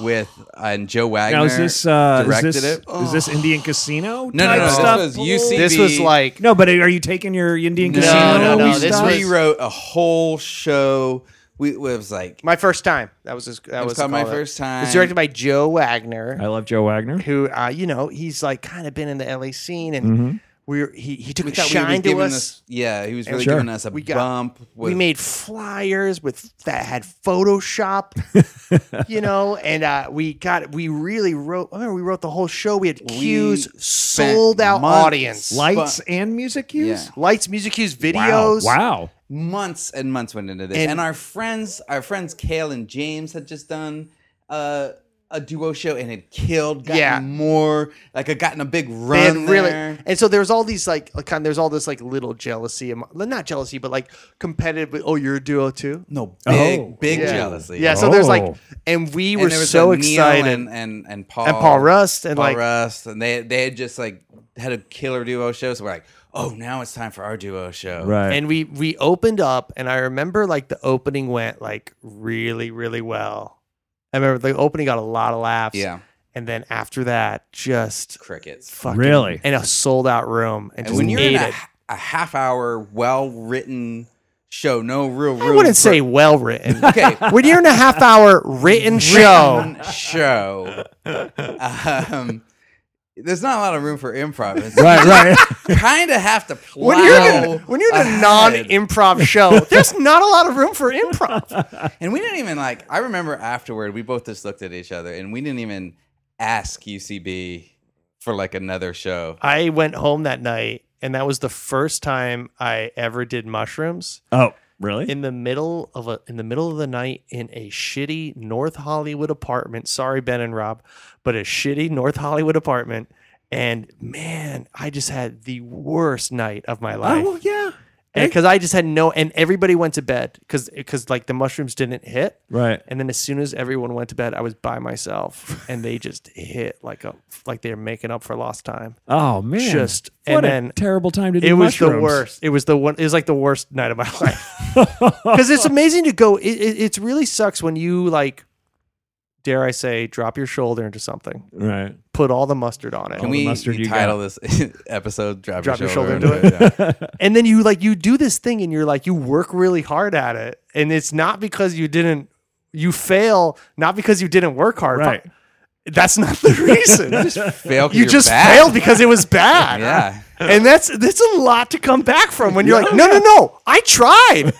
Speaker 3: with uh, and Joe Wagner.
Speaker 4: Now, is this, uh, is
Speaker 3: directed
Speaker 4: this,
Speaker 3: it. Oh.
Speaker 4: is this Indian casino?
Speaker 3: No, no,
Speaker 4: type
Speaker 3: no.
Speaker 4: Stuff?
Speaker 3: This was UCB.
Speaker 5: This was like
Speaker 4: No, but are you taking your Indian
Speaker 3: no,
Speaker 4: casino?
Speaker 3: no, no.
Speaker 5: no,
Speaker 3: we
Speaker 5: this
Speaker 4: stuff?
Speaker 5: was-
Speaker 3: rewrote a whole show. We it was like
Speaker 5: my first time. That was his, that
Speaker 3: It was
Speaker 5: was the
Speaker 3: called My
Speaker 5: call-out.
Speaker 3: First Time.
Speaker 5: It's directed by Joe Wagner.
Speaker 4: I love Joe Wagner.
Speaker 5: who uh, you know he's like kind of been in the LA scene, and
Speaker 4: Mm-hmm.
Speaker 5: we were, he he took
Speaker 3: we
Speaker 5: a
Speaker 3: thought we were
Speaker 5: shine to
Speaker 3: giving
Speaker 5: us.
Speaker 3: us. Yeah, he was really
Speaker 4: Sure.
Speaker 3: giving us a
Speaker 5: We got-
Speaker 3: bump. With,
Speaker 5: we made flyers with that had Photoshop, you know, and uh, we got we really wrote. I remember we wrote the whole show. We had cues,
Speaker 3: spent
Speaker 5: sold out
Speaker 3: months
Speaker 5: audience,
Speaker 4: Lights and music cues?
Speaker 3: Yeah.
Speaker 5: lights, music cues,
Speaker 4: Wow.
Speaker 5: videos.
Speaker 4: Wow.
Speaker 3: months and months went into this,
Speaker 5: And-
Speaker 3: and, our friends, our friends, Kale and James had just done uh, a duo show and had killed, gotten
Speaker 5: Yeah.
Speaker 3: more, like had gotten a big
Speaker 5: They had
Speaker 3: run
Speaker 5: really,
Speaker 3: there.
Speaker 5: and so there's all these like, like kind of, there's all this like little jealousy, am- not jealousy, but like competitive. but, Oh, you're a duo too.
Speaker 3: No big,
Speaker 4: Oh.
Speaker 3: big
Speaker 5: Yeah.
Speaker 3: jealousy.
Speaker 5: Yeah, so there's like,
Speaker 4: Oh.
Speaker 5: and we
Speaker 3: And
Speaker 5: were
Speaker 3: there was,
Speaker 5: so
Speaker 3: like, Neil
Speaker 5: excited.
Speaker 3: and, and and Paul
Speaker 5: And Paul Rust and,
Speaker 3: Paul
Speaker 5: like-
Speaker 3: Rust, and they they had just like had a killer duo show. So we're like, oh, now it's time for our duo show,
Speaker 4: Right.
Speaker 5: and we we opened up and i remember like the opening went like really really well i remember the opening got a lot of laughs
Speaker 3: Yeah,
Speaker 5: and then after that just
Speaker 3: crickets.
Speaker 5: fucking
Speaker 4: Really?
Speaker 5: in a sold out room and,
Speaker 3: And
Speaker 5: just
Speaker 3: when you're
Speaker 5: ate
Speaker 3: in a,
Speaker 5: it
Speaker 3: a half hour, well written show, no real.
Speaker 5: i
Speaker 3: room
Speaker 5: wouldn't
Speaker 3: for-
Speaker 5: say well written
Speaker 3: okay.
Speaker 5: when you're in a half hour written show
Speaker 3: written show. Um, there's not a lot of room for improv. It's
Speaker 4: right, right.
Speaker 3: kind of have to plow.
Speaker 5: when you're in a, when you're in a
Speaker 3: ahead.
Speaker 5: non-improv show there's not a lot of room for improv
Speaker 3: and we didn't even like. I remember afterward, we both just looked at each other, and we didn't even ask UCB for like another show.
Speaker 5: i went home that night and that was the first time i ever did mushrooms
Speaker 4: oh, really?
Speaker 5: in the middle of a in the middle of the night in a shitty North Hollywood apartment. Sorry, Ben and Rob, but a shitty North Hollywood apartment. And man, I just had the worst night of my life
Speaker 4: oh, yeah.
Speaker 5: because I just had no. And everybody went to bed because because like the mushrooms didn't hit.
Speaker 4: Right.
Speaker 5: And then as soon as everyone went to bed, I was by myself, and they just hit like a like they were making up for lost time.
Speaker 4: Oh man.
Speaker 5: Just-
Speaker 4: what
Speaker 5: and
Speaker 4: a
Speaker 5: then
Speaker 4: terrible time to do
Speaker 5: It was the
Speaker 4: mushrooms.
Speaker 5: worst. It was the one. It was like the worst night of my life because it's amazing to go. It, it it's really sucks when you like, dare I say, drop your shoulder into something,
Speaker 4: Right.
Speaker 5: put all the mustard on it,
Speaker 3: Can
Speaker 4: the
Speaker 3: we
Speaker 4: mustard you
Speaker 3: title this episode "Drop,
Speaker 5: Drop Your Shoulder Into
Speaker 3: Into It"? Yeah.
Speaker 5: and then you like you do this thing and you're like you work really hard at it, and it's not because you didn't you fail, not because you didn't work hard,
Speaker 4: Right.
Speaker 5: That's not the reason.
Speaker 3: Fail 'cause
Speaker 5: you
Speaker 3: you're
Speaker 5: just
Speaker 3: bad.
Speaker 5: failed because it was bad.
Speaker 3: Yeah.
Speaker 5: And that's that's a lot to come back from when you're like, no, no, no, I tried.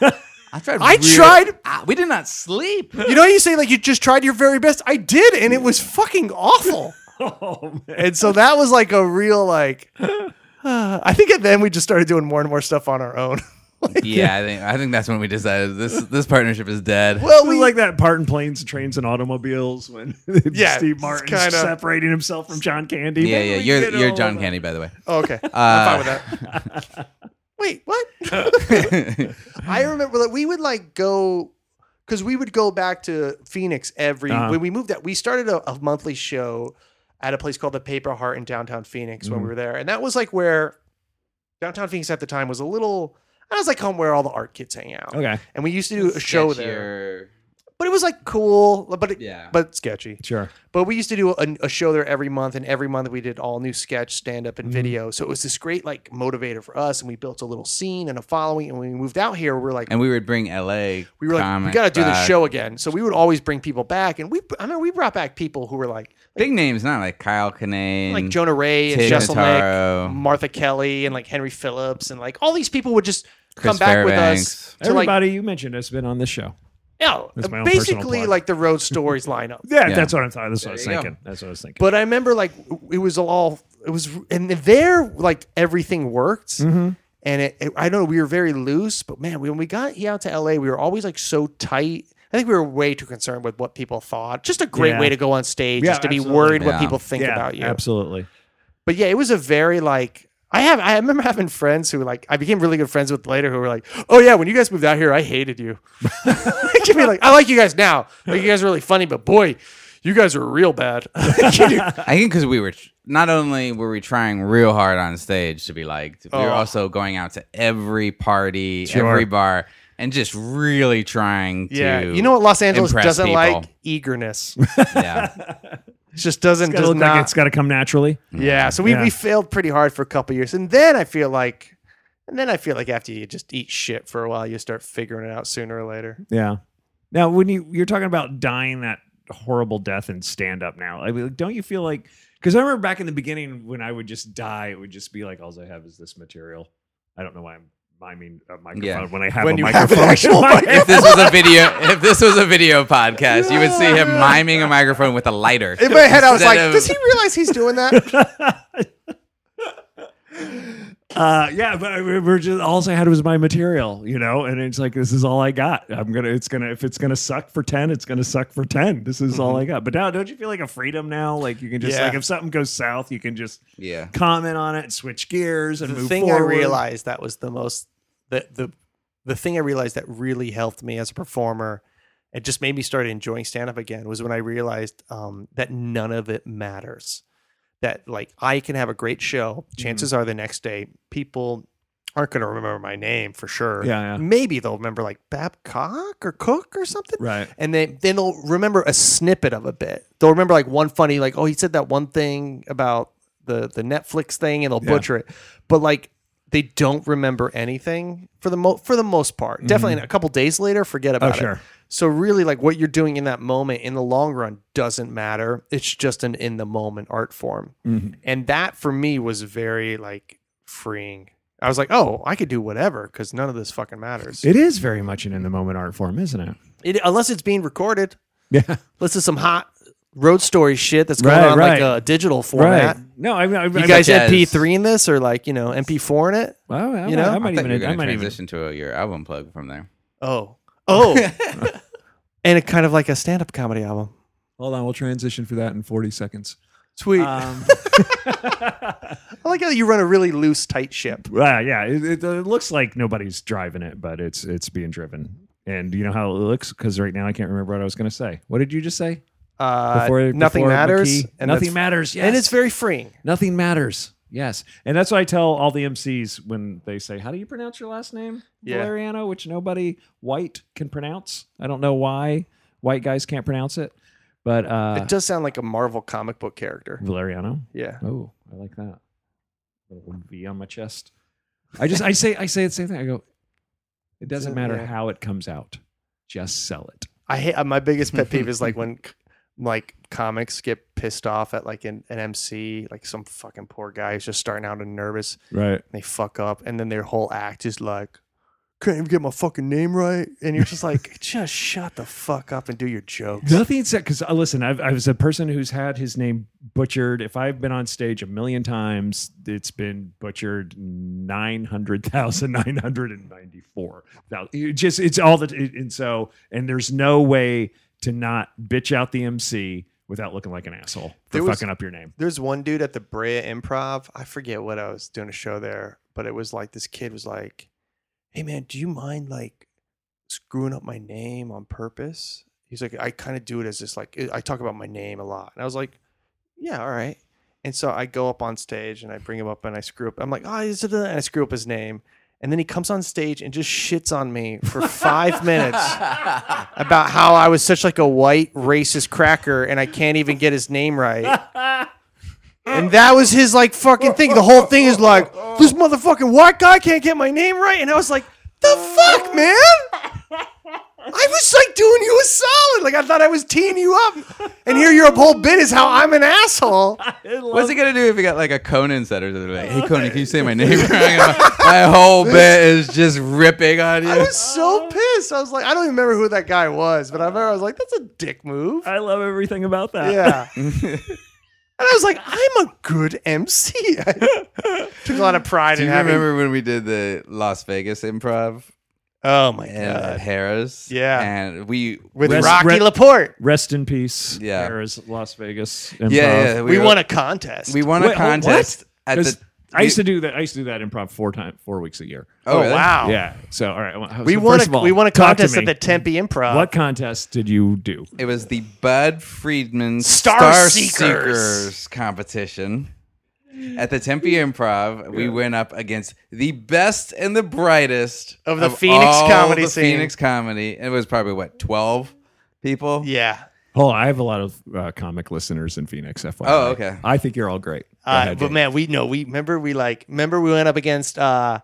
Speaker 3: I tried.
Speaker 5: I
Speaker 3: really-
Speaker 5: tried-
Speaker 3: Ah, we did not sleep.
Speaker 5: You know, you say like you just tried your very best. I did, and it was fucking awful.
Speaker 4: Oh man.
Speaker 5: And so that was like a real like. uh, I think then we just started doing more and more stuff on our own.
Speaker 3: yeah, I think I think that's when we decided this this partnership is dead.
Speaker 5: well,
Speaker 4: It
Speaker 5: we
Speaker 4: was like that part in planes, trains, and automobiles when
Speaker 5: Yeah,
Speaker 4: Steve
Speaker 5: it's
Speaker 4: Martin
Speaker 5: kinda-
Speaker 4: separating himself from John Candy.
Speaker 3: yeah,
Speaker 4: Maybe
Speaker 3: yeah.
Speaker 4: we
Speaker 3: You're
Speaker 4: get
Speaker 3: you're
Speaker 4: all
Speaker 3: John
Speaker 4: of
Speaker 3: Candy, by the way.
Speaker 5: Oh, okay.
Speaker 3: Uh,
Speaker 5: I'm fine with that. Wait, what? I remember that we would like go because we would go back to Phoenix every
Speaker 4: Uh-huh.
Speaker 5: when we moved that we started a, a monthly show at a place called the Paper Heart in downtown Phoenix
Speaker 4: Mm.
Speaker 5: when we were there, and that was like where downtown Phoenix at the time was a little. I was like home where all the art kids hang out,
Speaker 4: that. Okay.
Speaker 5: and we used to do a show there,
Speaker 3: there.
Speaker 5: but it was like cool, but it,
Speaker 3: Yeah.
Speaker 5: but sketchy.
Speaker 4: Sure.
Speaker 5: But we used to do a, a show there every month, and every month we did all new sketch, stand
Speaker 4: Mm.
Speaker 5: up, and video. So it was this great like motivator for us, and we built a little scene and a following. And when we moved out here, we were like,
Speaker 3: and we would bring LA.
Speaker 5: we were like, we
Speaker 3: comics
Speaker 5: got to do this
Speaker 3: back.
Speaker 5: show again. So we would always bring people back, and we, I mean, we brought back people who were like,
Speaker 3: Big names, not like Kyle Kinane,
Speaker 5: like Jonah Ray and
Speaker 3: Tig
Speaker 5: Jessel
Speaker 3: Notaro.
Speaker 5: Nick, Martha Kelly, and like Henry Phillips, and like all these people would just
Speaker 3: Chris
Speaker 5: come back
Speaker 3: Fairbanks.
Speaker 5: with us to like,
Speaker 4: Everybody you mentioned has been on this show.
Speaker 5: yeah,
Speaker 4: That's my own personal
Speaker 5: basically
Speaker 4: plug.
Speaker 5: like the road stories lineup.
Speaker 4: Yeah,
Speaker 3: Yeah.
Speaker 4: that's what I'm thought. That's what I was
Speaker 3: There you go.
Speaker 4: thinking. That's what I was thinking.
Speaker 5: But I remember like it was all it was, and there like everything worked.
Speaker 4: Mm-hmm.
Speaker 5: And it, it- I know we were very loose, but man, when we got out to LA, we were always like so tight. I think we were way too concerned with what people thought. Just a great
Speaker 4: Yeah.
Speaker 5: way to go on stage,
Speaker 4: Yeah,
Speaker 5: just to be
Speaker 4: absolutely.
Speaker 5: worried
Speaker 3: Yeah.
Speaker 5: what people think
Speaker 4: yeah,
Speaker 5: about you.
Speaker 4: absolutely.
Speaker 5: But yeah, it was a very like I have I remember having friends who like I became really good friends with later who were like, Oh yeah, when you guys moved out here, I hated you. Give me like I like you guys now. Like you guys are really funny, but boy, you guys are real bad.
Speaker 3: I think because we were not only were we trying real hard on stage to be liked, we were
Speaker 5: Oh.
Speaker 3: also going out to every party,
Speaker 4: Sure.
Speaker 3: every bar, and just really trying
Speaker 5: Yeah,
Speaker 3: to.
Speaker 5: you know what Los Angeles
Speaker 3: impress
Speaker 5: doesn't
Speaker 3: people.
Speaker 5: like eagerness.
Speaker 3: Yeah,
Speaker 5: It just doesn't
Speaker 4: It's gotta
Speaker 5: does
Speaker 4: look like
Speaker 5: not.
Speaker 4: it's got to come naturally.
Speaker 5: yeah, so we,
Speaker 4: Yeah.
Speaker 5: we failed pretty hard for a couple years, and then I feel like, and then I feel like after you just eat shit for a while, you start figuring it out sooner or later.
Speaker 4: Yeah. Now, when you you're talking about dying that horrible death in stand up now, I mean, like, don't you feel like? Because I remember back in the beginning when I would just die, it would just be like, all I have is this material. I don't know why I'm miming a microphone
Speaker 3: Yeah.
Speaker 4: when I have
Speaker 5: When
Speaker 4: a
Speaker 5: you have
Speaker 4: microphone.
Speaker 5: an actual
Speaker 3: if this was a video, if this was a video podcast, you would see him miming a microphone with a lighter.
Speaker 5: In my head, I was
Speaker 3: Instead
Speaker 5: like,
Speaker 3: of-
Speaker 5: does he realize he's doing that?
Speaker 4: uh, yeah, but I remember just all I had was my material, you know, and it's like this is all I got. I'm gonna, it's gonna, if it's gonna suck for ten, it's gonna suck for ten. This is all I got. But now, don't you feel like a freedom now? Like you can just
Speaker 5: Yeah.
Speaker 4: like if something goes south, you can just
Speaker 3: Yeah.
Speaker 4: comment on it, switch gears, and
Speaker 5: the
Speaker 4: move
Speaker 5: thing I
Speaker 4: forward.
Speaker 5: realized that was the most the the the thing I realized that really helped me as a performer. It just made me start enjoying stand up again was when I realized um, that none of it matters. That like I can have a great show.
Speaker 4: Mm-hmm.
Speaker 5: Chances are the next day people aren't going to remember my name for sure.
Speaker 4: Yeah, yeah.
Speaker 5: Maybe they'll remember like Babcock or Cook or something.
Speaker 4: Right.
Speaker 5: And then then they'll remember a snippet of a bit. They'll remember like one funny like oh he said that one thing about the the Netflix thing and they'll butcher it. But like they don't remember anything for the mo- for the most part. Definitely a couple days later forget about
Speaker 4: Mm-hmm. Oh, sure.
Speaker 5: it. So really like what you're doing in that moment in the long run doesn't matter. It's just an in the moment art form.
Speaker 4: Mm-hmm.
Speaker 5: And that for me was very like freeing. I was like, "Oh, I could do whatever cuz none of this fucking matters."
Speaker 4: It is very much an in the moment art form, isn't it?
Speaker 5: It, unless it's being recorded.
Speaker 4: Yeah,
Speaker 5: Listen, some hot road story shit that's going
Speaker 4: Right,
Speaker 5: on
Speaker 4: right.
Speaker 5: like a digital format.
Speaker 4: No, I, mean, I,
Speaker 5: You
Speaker 4: I,
Speaker 5: guys
Speaker 3: Such as-
Speaker 5: MP3 in this or like, you know, MP4 in it?
Speaker 4: I, I,
Speaker 5: you know,
Speaker 4: I
Speaker 5: I
Speaker 3: I
Speaker 4: might
Speaker 3: thought you were
Speaker 4: even, I
Speaker 3: going to
Speaker 4: might even.
Speaker 3: transition to your album plug from there.
Speaker 5: Oh. Oh. and it kind of like a stand up comedy album.
Speaker 4: Hold on, we'll transition for that in forty seconds.
Speaker 5: Sweet.
Speaker 4: Um,
Speaker 5: I like how you run a really loose, tight ship.
Speaker 4: Well, yeah, it, it, it looks like nobody's driving it, but it's it's being driven. And you know how it looks because right now I can't remember what I was going to say. What did you just say?
Speaker 5: Uh, nothing
Speaker 4: before
Speaker 5: matters.
Speaker 4: McKee?
Speaker 5: And
Speaker 4: nothing
Speaker 5: that's-
Speaker 4: matters. Yes.
Speaker 5: And it's very freeing.
Speaker 4: nothing matters. Yes, and that's what I tell all the MCs when they say, "How do you pronounce your last name,
Speaker 5: Yeah.
Speaker 4: Valeriano?" Which nobody white can pronounce. I don't know why white guys can't pronounce it, but uh, Mm.
Speaker 5: it does sound like a Marvel comic book character.
Speaker 4: Valeriano.
Speaker 5: Yeah.
Speaker 4: Oh, I like that. Little V on my chest. I just I say I say the same thing. I go, it doesn't
Speaker 5: Doesn't
Speaker 4: matter
Speaker 5: matter.
Speaker 4: how it comes out. Just sell it.
Speaker 5: I hate uh, my biggest pet peeve is like when like comics get pissed off at like an, an MC, like some fucking poor guy who's just starting out and nervous.
Speaker 4: Right.
Speaker 5: And they fuck up, and then their whole act is like, can't even get my fucking name right, and you're just like, just shut the fuck up and do your jokes.
Speaker 4: Nothing said because listen, I've, I was a person who's had his name butchered. If I've been on stage a million times, it's been butchered nine hundred thousand nine hundred and ninety four thousand. It just it's all that, it, and so and there's no way to not bitch out the MC without looking like an asshole for
Speaker 5: There was-
Speaker 4: fucking up your name.
Speaker 5: There's one dude at the Brea Improv. I forget what I was doing a show there, but it was like this kid was like, "Hey man, do you mind like screwing up my name on purpose?" He's like, "I kind of do it as this like I talk about my name a lot," and I was like, "Yeah, all right." And so I go up on stage and I bring him up and I screw up. I'm like, "Ah," is it a-" and I screw up his name. And then he comes on stage and just shits on me for five minutes about how I was such like a white racist cracker and I can't even get his name right. And that was his like fucking thing. The whole thing is like this motherfucking white guy can't get my name right, and I was like, the fuck, man. I was like doing you a solid. Like I thought I was teeing you up, and here your whole bit is how I'm an asshole.
Speaker 3: What's
Speaker 5: Oh.
Speaker 3: he gonna do if he got like a Conan setter? They're like, hey Conan, can you say my name? wrong?" my whole bit is just ripping on you.
Speaker 5: I was so pissed. I was like, I don't even remember who that guy was, but I remember I was like, that's a dick move.
Speaker 4: I love everything about that.
Speaker 5: Yeah. and I was like, I'm a good MC. I took a lot of pride
Speaker 3: do
Speaker 5: in
Speaker 3: you
Speaker 5: having.
Speaker 3: remember when we did the Las Vegas improv
Speaker 5: Oh my
Speaker 3: and at
Speaker 5: god.
Speaker 3: Harris?
Speaker 5: Yeah.
Speaker 3: and we
Speaker 5: With
Speaker 4: Rest-
Speaker 5: Rocky
Speaker 4: Rest-
Speaker 5: Laporte,
Speaker 4: Rest in peace.
Speaker 3: Yeah.
Speaker 4: Harris, Las Vegas.
Speaker 3: yeah, yeah
Speaker 5: we,
Speaker 3: were-
Speaker 5: won a contest.
Speaker 3: we won a
Speaker 4: Wait, hold-
Speaker 3: contest at
Speaker 4: Because
Speaker 3: the.
Speaker 4: I used to do that. I used to do that improv four time, four weeks a year.
Speaker 5: Oh,
Speaker 3: really?
Speaker 5: wow.
Speaker 4: Yeah. So all right. well,
Speaker 5: We
Speaker 4: so
Speaker 5: won
Speaker 4: first
Speaker 5: a
Speaker 4: of all,
Speaker 5: we won a
Speaker 4: talk to
Speaker 5: contest at
Speaker 4: me.
Speaker 5: the uh, Tempe Improv.
Speaker 4: What contest did you do?
Speaker 3: It was the Bud Friedman
Speaker 5: Star Seekers.
Speaker 3: Seekers competition. At the Tempe Improv, we went up against the best and the brightest
Speaker 5: Of the Phoenix
Speaker 3: all
Speaker 5: comedy
Speaker 3: the
Speaker 5: scene.
Speaker 3: Phoenix comedy. It was probably what twelve people.
Speaker 5: Yeah.
Speaker 4: Oh, I have a lot of uh, comic listeners in Phoenix. FYI.
Speaker 3: Oh, okay.
Speaker 4: I think you're all great. Go
Speaker 5: Uh,
Speaker 4: ahead,
Speaker 5: but
Speaker 4: Dave.
Speaker 5: man, we know we remember we like remember we went up against uh,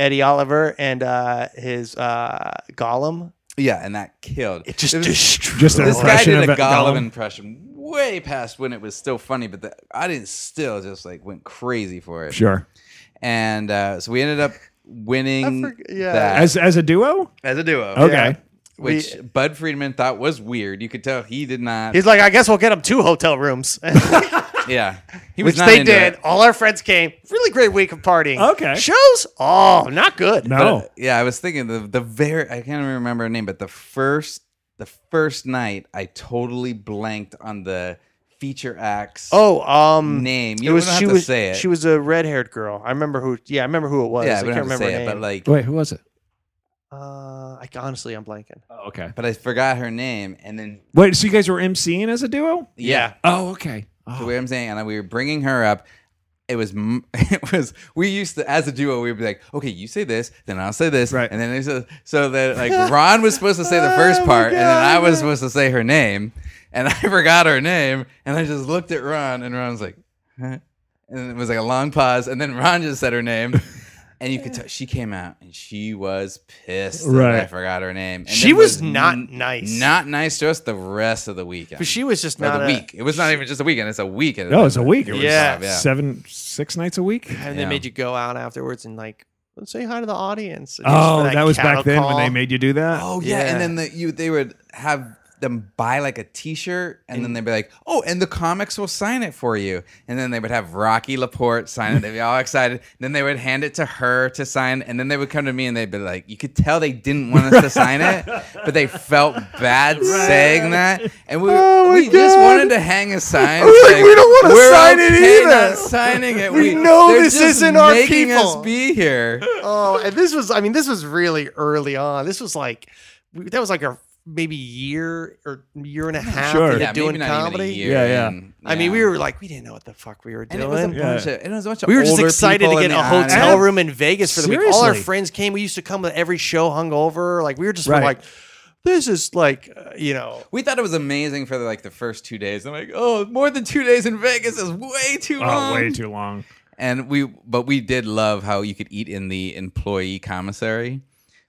Speaker 5: Eddie Oliver and uh, his uh, Gollum.
Speaker 3: Yeah, and that killed.
Speaker 5: It just
Speaker 3: was-
Speaker 5: destroyed.
Speaker 4: Just an
Speaker 3: this guy
Speaker 4: impression
Speaker 3: did a
Speaker 4: of it-
Speaker 3: Gollum,
Speaker 4: Gollum.
Speaker 3: impression way past when it was still funny, but the audience still just like went crazy for it.
Speaker 4: sure.
Speaker 3: And uh, so we ended up winning
Speaker 5: I forg- yeah.
Speaker 3: that as,
Speaker 4: As as a duo.
Speaker 3: a duo.
Speaker 4: Okay.
Speaker 3: Which
Speaker 5: We-
Speaker 3: Bud Friedman thought was weird. You could tell he did not.
Speaker 5: He's like, I guess we'll get him two hotel rooms,
Speaker 3: yeah, he was
Speaker 5: which
Speaker 3: not
Speaker 5: they
Speaker 3: into
Speaker 5: did.
Speaker 3: it.
Speaker 5: All our friends came. Really great week of partying.
Speaker 4: Okay.
Speaker 5: Shows? Oh, not good.
Speaker 3: But,
Speaker 4: No.
Speaker 3: uh, yeah, I was thinking the the very I can't even remember her name, but the first the first night I totally blanked on the feature acts.
Speaker 5: Oh, um,
Speaker 3: Name.
Speaker 5: it
Speaker 3: You
Speaker 5: was
Speaker 3: don't have
Speaker 5: she
Speaker 3: to
Speaker 5: was
Speaker 3: say it.
Speaker 5: she was a red haired girl. I remember who. Yeah, I remember who it was.
Speaker 3: yeah,
Speaker 5: I
Speaker 3: but
Speaker 5: can't
Speaker 3: I don't have
Speaker 5: remember
Speaker 3: to say
Speaker 5: her
Speaker 3: it,
Speaker 5: name.
Speaker 3: but like
Speaker 4: Wait, who was it?
Speaker 5: uh, I, honestly, I'm blanking.
Speaker 4: Oh, okay.
Speaker 3: but I forgot her name, and then
Speaker 4: Wait. So you guys were emceeing as a duo?
Speaker 3: yeah,
Speaker 4: Oh, okay.
Speaker 3: So
Speaker 4: Oh.
Speaker 3: what I'm saying, and we were bringing her up. It was, m- it was. We used to, as a duo, we'd be like, "Okay, you say this, then I'll say this,
Speaker 4: Right.
Speaker 3: and then they said, so that like Ron was supposed to say the first
Speaker 5: Oh my
Speaker 3: part, and then I
Speaker 5: God.
Speaker 3: was supposed to say her name, and I forgot her name, and I just looked at Ron, and Ron was like, huh? and it was like a long pause, and then Ron just said her name, and you could tell she came out and she was pissed that
Speaker 4: Right.
Speaker 3: I forgot her name. And
Speaker 5: She
Speaker 3: it
Speaker 5: was not
Speaker 3: n-
Speaker 5: nice.
Speaker 3: not nice to us the rest of the weekend.
Speaker 5: But she was just
Speaker 3: Or
Speaker 5: not
Speaker 3: the
Speaker 5: a,
Speaker 3: week. It was not even just a weekend. It's a weekend.
Speaker 4: No, it's a week. It was
Speaker 5: Yeah.
Speaker 3: Yeah.
Speaker 4: seven, six nights a week.
Speaker 5: And
Speaker 3: Yeah.
Speaker 5: they made you go out afterwards and like say hi to the audience. And just
Speaker 4: Oh,
Speaker 5: for
Speaker 4: that, was
Speaker 5: cattle
Speaker 4: back then when
Speaker 5: call.
Speaker 4: they made you do that.
Speaker 3: Oh yeah.
Speaker 5: Yeah.
Speaker 3: and then the, you they would have them buy like a T-shirt, and, then they'd be like, "Oh, and the comics will sign it for you." And then they would have Rocky Laporte sign it. They'd be all excited. Then they would hand it to her to sign, and then they would come to me and they'd be like, "You could tell they didn't want us to sign it, but they felt bad saying that, and we,
Speaker 5: Oh
Speaker 3: we just wanted to hang a sign.
Speaker 5: like,
Speaker 3: saying,
Speaker 5: "We don't wanna
Speaker 3: "We're
Speaker 5: sign it
Speaker 3: okay
Speaker 5: either."
Speaker 3: not signing it.
Speaker 5: We know
Speaker 3: they're
Speaker 5: this
Speaker 3: just
Speaker 5: isn't our
Speaker 3: making us
Speaker 5: people."
Speaker 3: be here."
Speaker 5: Oh, and this was I mean this was really early on. This was like we- that was like our maybe year or year and a half
Speaker 4: Sure.
Speaker 5: into
Speaker 4: Yeah,
Speaker 5: doing
Speaker 3: maybe not even a
Speaker 5: comedy.
Speaker 3: year
Speaker 4: Yeah, yeah.
Speaker 3: in.
Speaker 5: I mean,
Speaker 3: Yeah.
Speaker 5: we were like we didn't know what the fuck we were
Speaker 3: And
Speaker 5: doing.
Speaker 3: it was a bunch
Speaker 4: Yeah.
Speaker 3: of it was a bunch of
Speaker 5: we were just
Speaker 3: older
Speaker 5: excited to
Speaker 3: people in
Speaker 5: get a
Speaker 3: the audience.
Speaker 5: hotel room in Vegas for the week. All our
Speaker 4: Seriously.
Speaker 5: friends came. We used to come to every show hungover. Like we were just
Speaker 4: Right.
Speaker 5: like, this is like uh, you know.
Speaker 3: We thought it was amazing for like the first two days. I'm like, oh, more than two days in Vegas is way too long.
Speaker 4: Oh, way too long.
Speaker 3: And we, but we did love how you could eat in the employee commissary,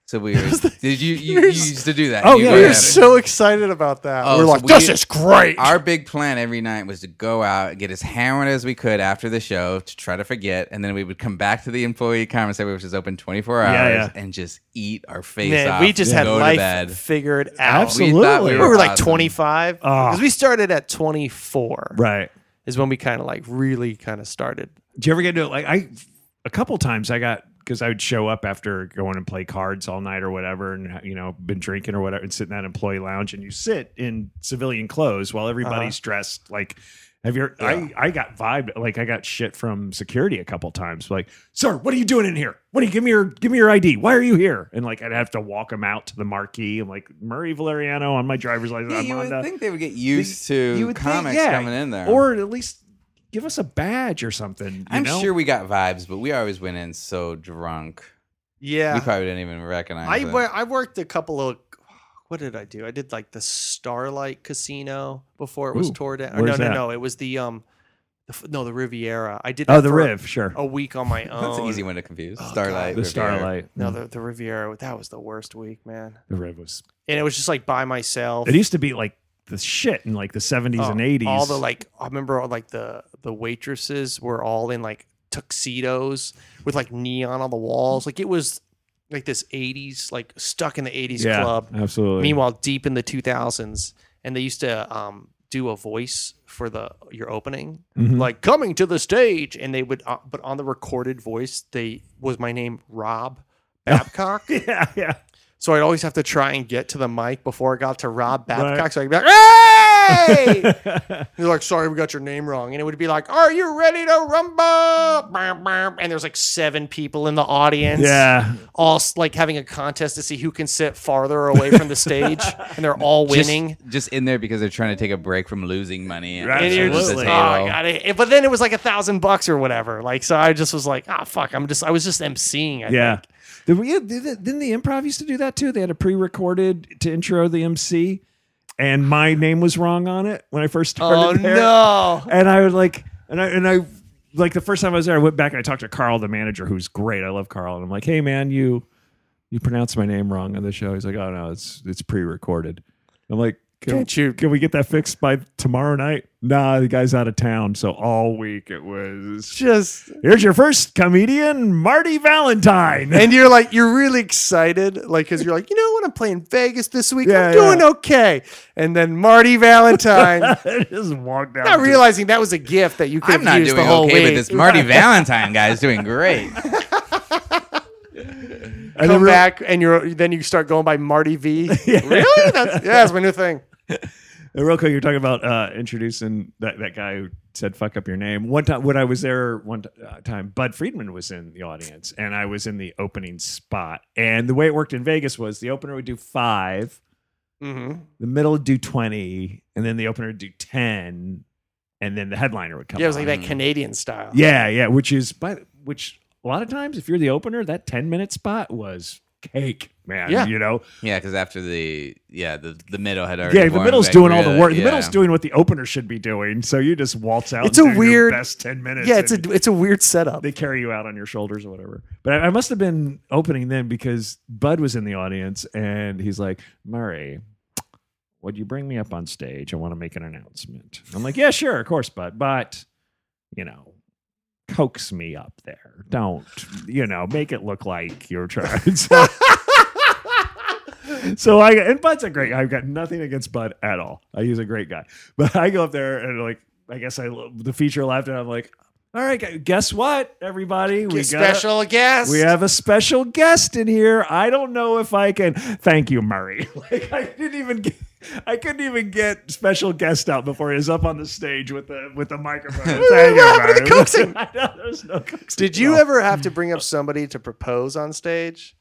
Speaker 3: So we were, did you you, you used to do that?
Speaker 4: Oh,
Speaker 3: You
Speaker 4: yeah,
Speaker 3: were
Speaker 4: yeah.
Speaker 5: We
Speaker 3: at
Speaker 5: were
Speaker 3: it.
Speaker 5: so excited about that.
Speaker 3: Oh,
Speaker 5: we we're
Speaker 3: so
Speaker 5: like,
Speaker 3: we-
Speaker 5: this is great.
Speaker 3: Our big plan every night was to go out, get as hammered as we could after the show to try to forget, and then we would come back to the employee commissary, which is open twenty four hours,
Speaker 4: Yeah, yeah.
Speaker 3: and just eat our face
Speaker 5: Man,
Speaker 3: off.
Speaker 5: we just
Speaker 3: and
Speaker 5: had
Speaker 3: go to
Speaker 5: life
Speaker 3: bed.
Speaker 5: figured out.
Speaker 4: Absolutely.
Speaker 3: We thought
Speaker 5: We
Speaker 3: we
Speaker 5: were,
Speaker 3: were,
Speaker 5: like
Speaker 3: awesome.
Speaker 5: 25
Speaker 4: Ah.
Speaker 5: because we started at 24.
Speaker 4: Right.
Speaker 5: Is when we kind of like really kind of started.
Speaker 4: Do you ever get to like I a couple times I got because I would show up after going and play cards all night or whatever, and you know been drinking or whatever, and sit in that employee lounge, and you sit in civilian clothes while everybody's
Speaker 3: Uh-huh.
Speaker 4: dressed like. Have you? I I got vibed like I got shit from security a couple times. Like, sir, what are you doing in here? What do you give me your give me your ID? Why are you here? And like I'd have to walk them out to the marquee. I'm like Murray Valeriano on my driver's license.
Speaker 3: Yeah,
Speaker 4: I'm
Speaker 3: you
Speaker 4: on
Speaker 3: would
Speaker 4: the-
Speaker 3: think they would get used to
Speaker 4: You would think,
Speaker 3: comics
Speaker 4: yeah.
Speaker 3: coming in there,
Speaker 4: or at least give us a badge or something. you
Speaker 3: I'm
Speaker 4: know?
Speaker 3: sure we got vibes, but we always went in so drunk.
Speaker 5: Yeah.
Speaker 3: We probably didn't even recognize.
Speaker 5: I
Speaker 3: it.
Speaker 5: wor- I worked a couple of what did I do? I did like the Starlight Casino before it was
Speaker 4: Ooh,
Speaker 5: tore down. Or
Speaker 4: where's
Speaker 5: no, no,
Speaker 4: that?
Speaker 5: no. It was the um, the, f- no, the Riviera. I did.
Speaker 4: Oh,
Speaker 5: that
Speaker 4: the
Speaker 5: for
Speaker 4: Riv, sure.
Speaker 5: A week on my own.
Speaker 3: That's an easy one to confuse.
Speaker 5: Oh,
Speaker 3: Starlight,
Speaker 5: God.
Speaker 4: the
Speaker 3: Riviera.
Speaker 4: Starlight. Mm,
Speaker 5: No, the, the Riviera. That was the worst week, man.
Speaker 4: the Riv was.
Speaker 5: And it was just like by myself.
Speaker 4: It used to be like the shit in like the 70s
Speaker 5: Oh,
Speaker 4: and 80s.
Speaker 5: All the like, I remember all, like the the waitresses were all in like tuxedos with like neon on the walls. Like it was like this '80s, like stuck in the '80s
Speaker 4: yeah,
Speaker 5: club.
Speaker 4: Absolutely.
Speaker 5: Meanwhile, deep in the 2000s, and they used to um, do a voice for the your opening,
Speaker 4: Mhm.
Speaker 5: like coming to the stage, and they would, uh, but on the recorded voice, they was my name Rob Babcock,
Speaker 4: yeah, yeah.
Speaker 5: so I'd always have to try and get to the mic before I got to Rob Babcock,
Speaker 4: Right.
Speaker 5: so I'd be like, "Hey!" They're like, "Sorry, we got your name wrong," and it would be like, "Are you ready to rumble?" Bam, bam. And there's like seven people in the audience,
Speaker 4: Yeah.
Speaker 5: all s- like having a contest to see who can sit farther away from the stage, and they're all
Speaker 3: Just-
Speaker 5: winning.
Speaker 3: Just, in there because they're trying to take a break from losing money. at
Speaker 4: Right.
Speaker 5: and you're just, oh
Speaker 4: Absolutely.
Speaker 3: the
Speaker 5: my
Speaker 3: table.
Speaker 5: god! It, but then it was like a thousand bucks or whatever. Like, so I just was like, ah, fuck. I'm just, I was just emceeing. I
Speaker 4: Yeah.
Speaker 5: think.
Speaker 4: Did we, did the- didn't the improv used to do that too? They had a pre recorded to intro the MC, and my name was wrong on it when I first started.
Speaker 5: Oh
Speaker 4: there.
Speaker 5: no!
Speaker 4: and I would like, and I and I like the first time I was there, I went back and I talked to Carl, the manager, who's great. I love Carl, and I'm like, hey man, you you pronounced my name wrong on the show. He's like, oh no, it's it's pre-recorded. I'm like, can,
Speaker 5: Can't you-
Speaker 4: can we get that fixed by tomorrow night? Nah, the guy's out of town, so all week it was.
Speaker 5: Just
Speaker 4: Here's your first comedian, Marty Valentine.
Speaker 5: and you're like, you're really excited, like, because you're like, you know what? I'm playing Vegas this week.
Speaker 4: Yeah,
Speaker 5: I'm
Speaker 4: yeah.
Speaker 5: doing okay. And then Marty Valentine,
Speaker 4: just walked out.
Speaker 5: not realizing that was a gift that you could
Speaker 3: I'm
Speaker 5: have
Speaker 3: not
Speaker 5: used
Speaker 3: doing
Speaker 5: the whole
Speaker 3: okay
Speaker 5: week.
Speaker 3: with this. Marty Valentine guy is doing great.
Speaker 4: And
Speaker 5: Come
Speaker 4: then real-
Speaker 5: back, and you're then you start going by Marty V. Really? That's, yeah, that's my new thing.
Speaker 4: And real quick, you're talking about uh, introducing that, that guy who said "fuck up your name." One time when I was there, one t- uh, time Bud Friedman was in the audience, and I was in the opening spot. And the way it worked in Vegas was the opener would do five,
Speaker 5: Mm-hmm.
Speaker 4: the middle would do twenty, and then the opener would do ten, and then the headliner would come.
Speaker 5: Yeah, it was
Speaker 4: on.
Speaker 5: like that Canadian style.
Speaker 4: yeah, yeah, which is by which a lot of times if you're the opener, that ten minute spot was cake, man.
Speaker 5: Yeah.
Speaker 4: you know,
Speaker 3: Yeah, because after the yeah the the middle had already
Speaker 4: Yeah, the
Speaker 3: formed,
Speaker 4: middle's
Speaker 3: like,
Speaker 4: doing all
Speaker 3: really-
Speaker 4: the work. The
Speaker 3: yeah.
Speaker 4: middle's doing what the opener should be doing. So you just waltz out.
Speaker 5: It's
Speaker 4: and do
Speaker 5: a
Speaker 4: your
Speaker 5: weird-
Speaker 4: best ten minutes.
Speaker 5: yeah. It's
Speaker 4: and
Speaker 5: a it's a weird setup.
Speaker 4: they carry you out on your shoulders or whatever. But I, I must have been opening then because Bud was in the audience and he's like, Murray, would you bring me up on stage? I want to make an announcement. I'm like, yeah, sure, of course, Bud, but you know. Coax me up there. Don't, you know, make it look like you're trying. So, so I and Bud's a great guy. I've got nothing against Bud at all. I he's a great guy. But I go up there and like I guess I the feature left and I'm like, all right, gu- guess what, everybody? We got a-
Speaker 5: special guest.
Speaker 4: we have a special guest in here. I don't know if I can. Thank you, Murray. Like I didn't even get, I couldn't even get special guest out before he was up on the stage with the with the microphone. Thank you,
Speaker 5: happened to
Speaker 4: Murray.
Speaker 5: coaxing?
Speaker 4: I know, there was no coaxing.
Speaker 5: Did you ever have to bring up somebody to propose on stage?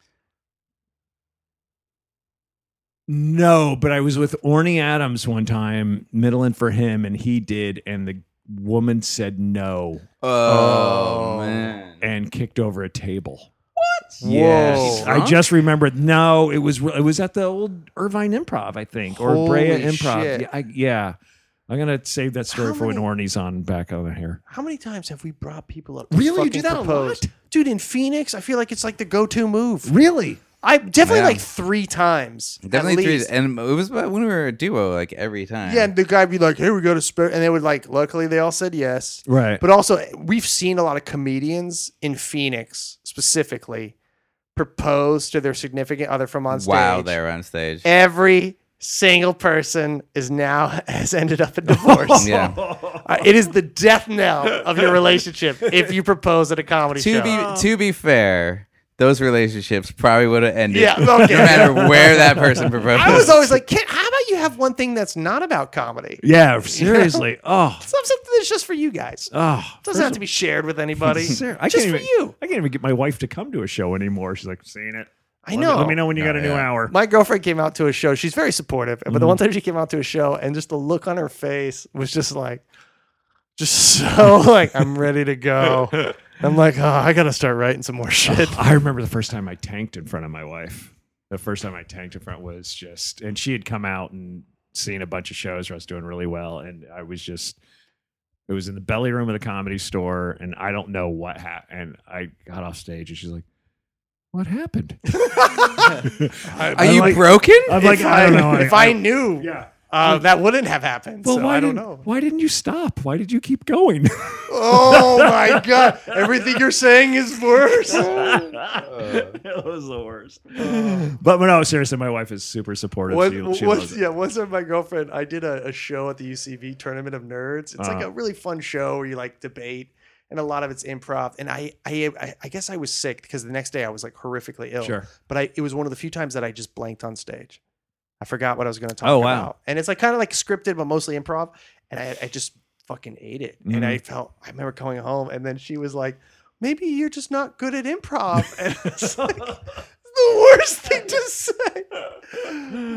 Speaker 4: No, but I was with Orny Adams one time, middling for him, and he did, and the woman said no
Speaker 3: Oh,
Speaker 5: Oh.
Speaker 3: man.
Speaker 4: and kicked over a table.
Speaker 3: Yes.
Speaker 5: Whoa.
Speaker 4: I just remembered. No, it was it was at the old Irvine Improv, I think, or Brea
Speaker 5: Holy
Speaker 4: Improv.
Speaker 5: shit.
Speaker 4: Yeah, I, yeah, I'm gonna save that story
Speaker 5: How
Speaker 4: for when
Speaker 5: many-
Speaker 4: Orny's on back over here.
Speaker 5: How many times have we brought people up?
Speaker 4: Really? You
Speaker 5: fucking
Speaker 4: do that a
Speaker 5: propose?
Speaker 4: lot?
Speaker 5: dude? In Phoenix, I feel like it's like the go-to move.
Speaker 4: Really?
Speaker 5: I definitely
Speaker 3: Yeah.
Speaker 5: like three times. at
Speaker 3: Definitely three.
Speaker 5: least.
Speaker 3: And it was about when we were a duo, like every time.
Speaker 5: Yeah, and the guy would be like, "Here we go to spirit," and they would like. Luckily, they all said yes.
Speaker 4: Right.
Speaker 5: But also, we've seen a lot of comedians in Phoenix specifically propose to their significant other from on stage.
Speaker 3: Wow, they were on stage.
Speaker 5: Every single person is now has ended up in divorce.
Speaker 3: yeah.
Speaker 5: Uh, it is the death knell of your relationship if you propose at a comedy
Speaker 3: to
Speaker 5: show.
Speaker 3: be to be fair, those relationships probably would have ended.
Speaker 5: Yeah, okay.
Speaker 3: No matter where that person proposed.
Speaker 5: I was always like, Can't, how about you have one thing that's not about comedy?
Speaker 4: Yeah, seriously. Oh,
Speaker 5: Some- Something that's just for you guys.
Speaker 4: oh.
Speaker 5: Doesn't have to be shared with anybody.
Speaker 4: Sir, I
Speaker 5: just
Speaker 4: can't
Speaker 5: for
Speaker 4: even,
Speaker 5: you.
Speaker 4: I can't even get my wife to come to a show anymore. She's like, "Seen it."
Speaker 5: I
Speaker 4: Let me-
Speaker 5: know.
Speaker 4: Let me know when you
Speaker 3: No,
Speaker 4: got a new
Speaker 3: yeah.
Speaker 4: hour.
Speaker 5: My girlfriend came out to a show. She's very supportive,
Speaker 4: Mm-hmm.
Speaker 5: but the one time she came out to a show, and just the look on her face was just like, just so like I'm ready to go. I'm like, oh, I gotta start writing some more shit.
Speaker 4: I remember the first time I tanked in front of my wife. The first time I tanked in front was just, and she had come out and seen a bunch of shows where I was doing really well, and I was just, it was in the belly room of the comedy store, and I don't know what happened. And I got off stage, and she's like, "What happened?"
Speaker 3: Are you
Speaker 4: like-
Speaker 3: broken?
Speaker 4: I'm like,
Speaker 5: if
Speaker 4: I don't know.
Speaker 5: if I, knew,
Speaker 4: yeah.
Speaker 5: uh, that wouldn't have happened.
Speaker 4: Well,
Speaker 5: so
Speaker 4: why
Speaker 5: I don't
Speaker 4: didn't-
Speaker 5: know.
Speaker 4: Why didn't you stop? Why did you keep going?
Speaker 5: Oh my god! Everything you're saying is worse.
Speaker 4: it was the worst. but no, seriously, my wife is super supportive.
Speaker 5: What,
Speaker 4: she, she
Speaker 5: what,
Speaker 4: loves it.
Speaker 5: yeah, once with my girlfriend, I did a, a show at the UCV Tournament of Nerds. It's like
Speaker 4: Uh-huh.
Speaker 5: a really fun show where you like debate, and a lot of it's improv. And I, I, I- I guess I was sick because the next day I was like horrifically ill.
Speaker 4: Sure.
Speaker 5: But I, it was one of the few times that I just blanked on stage. I forgot what I was going to talk
Speaker 4: Oh, wow.
Speaker 5: about, and it's like kind of like scripted but mostly improv. And I, I just fucking ate it, and
Speaker 4: Mm-hmm.
Speaker 5: I felt. I remember coming home, and then she was like, "Maybe you're just not good at improv." And it's like the worst thing to say.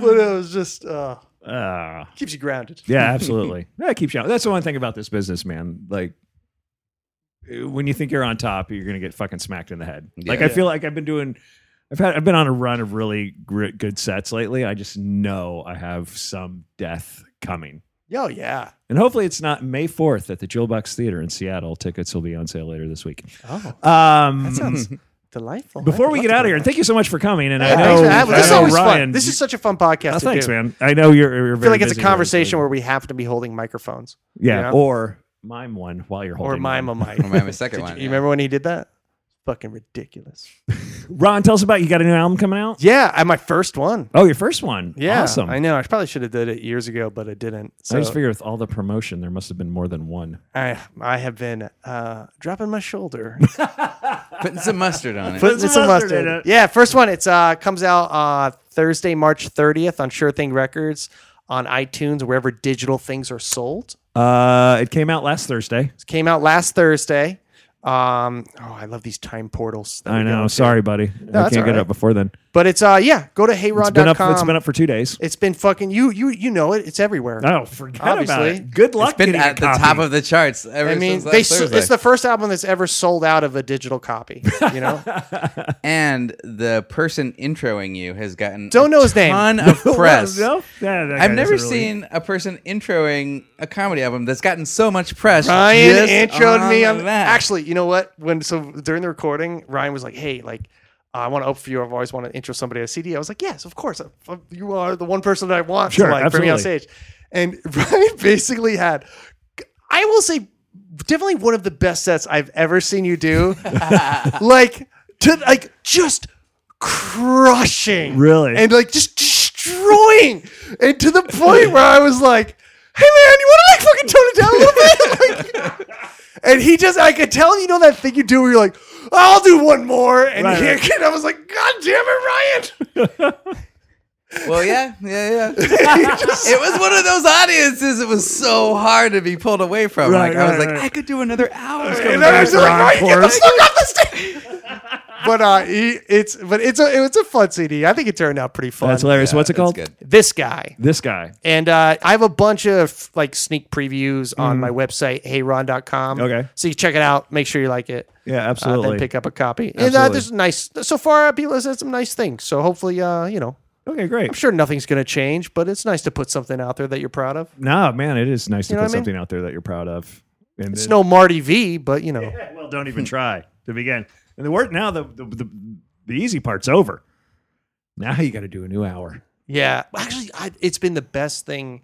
Speaker 5: But it was just uh,
Speaker 4: Ah.
Speaker 5: keeps you grounded.
Speaker 4: Yeah, absolutely. that keeps you. Out. That's the one thing about this business, man. Like when you think you're on top, you're gonna get fucking smacked in the head.
Speaker 3: Yeah.
Speaker 4: like I feel like I've been doing. I've had I've been on a run of really gr- good sets lately. I just know I have some death coming.
Speaker 5: Oh yeah.
Speaker 4: And hopefully it's not May 4th at the Jill Box Theater in Seattle. Tickets will be on sale later this week.
Speaker 5: Oh,
Speaker 4: Um,
Speaker 5: that sounds delightful.
Speaker 4: before
Speaker 5: I'd
Speaker 4: we
Speaker 5: Oh, love
Speaker 4: get
Speaker 5: to
Speaker 4: out
Speaker 5: go
Speaker 4: of here, and
Speaker 5: there.
Speaker 4: thank you so much for coming. And I
Speaker 5: Yeah,
Speaker 4: know,
Speaker 5: thanks for having
Speaker 4: I
Speaker 5: us. This is
Speaker 4: know
Speaker 5: always
Speaker 4: Ryan,
Speaker 5: fun. This is such a fun podcast.
Speaker 4: Oh,
Speaker 5: to
Speaker 4: thanks,
Speaker 5: do.
Speaker 4: man. I know you're. you're
Speaker 5: I feel
Speaker 4: very
Speaker 5: like it's
Speaker 4: busy
Speaker 5: a
Speaker 4: during this
Speaker 5: conversation
Speaker 4: week.
Speaker 5: where we happen to be holding microphones
Speaker 4: yeah,
Speaker 5: yeah.
Speaker 4: or mime one while you're
Speaker 5: or
Speaker 4: holding.
Speaker 5: mime a
Speaker 4: one.
Speaker 5: mic.
Speaker 3: Or my second
Speaker 5: Did you,
Speaker 3: one.
Speaker 5: you remember when he did that? Fucking ridiculous.
Speaker 4: Ron, tell us about you. Got a new album coming out?
Speaker 5: Yeah, I, my first one.
Speaker 4: Oh, your first one.
Speaker 5: Yeah,
Speaker 4: awesome.
Speaker 5: I know. I probably should have did it years ago, but I didn't. So
Speaker 4: I just figured with all the promotion, there must have been more than one.
Speaker 5: I, I have been uh, dropping my shoulder
Speaker 3: Putting some mustard on it.
Speaker 5: Put
Speaker 4: some
Speaker 5: some
Speaker 4: mustard
Speaker 5: mustard.
Speaker 4: in it.
Speaker 5: Yeah, first one. It's uh comes out uh Thursday, March 30th on Sure Thing Records, on iTunes, wherever digital things are sold.
Speaker 4: Uh, it came out last Thursday.
Speaker 5: It came out last Thursday. Um, oh, I love these time portals. that
Speaker 4: I
Speaker 5: we go
Speaker 4: know.
Speaker 5: into.
Speaker 4: Sorry, buddy. I
Speaker 5: that's
Speaker 4: can't
Speaker 5: all
Speaker 4: get it
Speaker 5: right.
Speaker 4: up before then.
Speaker 5: but it's uh yeah, go to heyron.com.
Speaker 4: It's been up. It's been up for two days.
Speaker 5: It's been fucking you you you know it. It's everywhere.
Speaker 4: Oh, forget about
Speaker 5: Obviously.
Speaker 4: it. Good luck.
Speaker 3: it's been
Speaker 4: getting a
Speaker 3: at the
Speaker 4: copy.
Speaker 3: top of the charts ever
Speaker 5: I mean,
Speaker 3: since
Speaker 5: they
Speaker 3: last
Speaker 5: s-
Speaker 3: Thursday.
Speaker 5: it's the first album that's ever sold out of a digital copy. You know,
Speaker 3: and the person introing you has gotten
Speaker 5: Don't
Speaker 3: a
Speaker 5: know his name.
Speaker 3: ton of
Speaker 4: Well,
Speaker 3: press.
Speaker 4: no, yeah, that guy
Speaker 3: I've never
Speaker 4: doesn't really-
Speaker 3: seen a person introing a comedy album that's gotten so much press.
Speaker 5: Ryan
Speaker 3: just
Speaker 5: introed me
Speaker 3: on
Speaker 5: on
Speaker 3: that.
Speaker 5: Actually, you know what? When so during the recording, Ryan was like, "Hey, like, I want to open for you. I've always wanted to intro somebody at a CD." I was like, "Yes, of course. I- I- You are the one person that I want
Speaker 4: Sure,
Speaker 5: to like bring me on
Speaker 4: absolutely.
Speaker 5: stage." And Ryan basically had, I will say, definitely one of the best sets I've ever seen you do. like to like just crushing,
Speaker 4: Really?
Speaker 5: and like just destroying, and to the point where I was like. Hey man, you want to like fucking tone it down a little bit? Like, and he just, I could tell, you know, that thing you do where you're like, I'll do one more. And,
Speaker 4: Right,
Speaker 5: he,
Speaker 4: right.
Speaker 5: and I was like, God damn it, Ryan.
Speaker 3: Well, yeah, yeah, yeah. it was one of those audiences. It was so hard to be pulled away from.
Speaker 4: Right,
Speaker 3: like I was
Speaker 4: right,
Speaker 3: like,
Speaker 4: right.
Speaker 3: I could do another hour.
Speaker 5: And then I was
Speaker 4: back
Speaker 5: like,
Speaker 4: around
Speaker 5: Ryan, get
Speaker 4: for
Speaker 5: the
Speaker 4: us.
Speaker 5: fuck off the stage. but uh, he, it's, but it's a, it's a fun CD. I think it turned out pretty fun.
Speaker 4: That's hilarious. What's it
Speaker 3: That's
Speaker 4: called?
Speaker 3: good.
Speaker 5: This guy.
Speaker 4: This guy.
Speaker 5: And uh, I have a bunch of like sneak previews on my website, heyron.com.
Speaker 4: Mm-hmm. Okay.
Speaker 5: So you check it out. Make sure you like it.
Speaker 4: Yeah,
Speaker 5: Uh,
Speaker 4: absolutely.
Speaker 5: then pick up a copy. And uh,
Speaker 4: Absolutely.
Speaker 5: there's nice, so far, uh, people have said some nice things. So hopefully, uh, you know,
Speaker 4: okay, great.
Speaker 5: I'm sure nothing's going to change, but it's nice to put something out there that you're proud of.
Speaker 4: No, man, it is nice
Speaker 5: You
Speaker 4: to put
Speaker 5: know what I mean?
Speaker 4: something out there that you're proud of. And
Speaker 5: It's
Speaker 4: then-
Speaker 5: no Hmm. Marty V, but you know.
Speaker 4: well, don't even try to begin. And the word now, the the, the the easy part's over. Now you got to do a new hour.
Speaker 5: Yeah, actually, I, it's been the best thing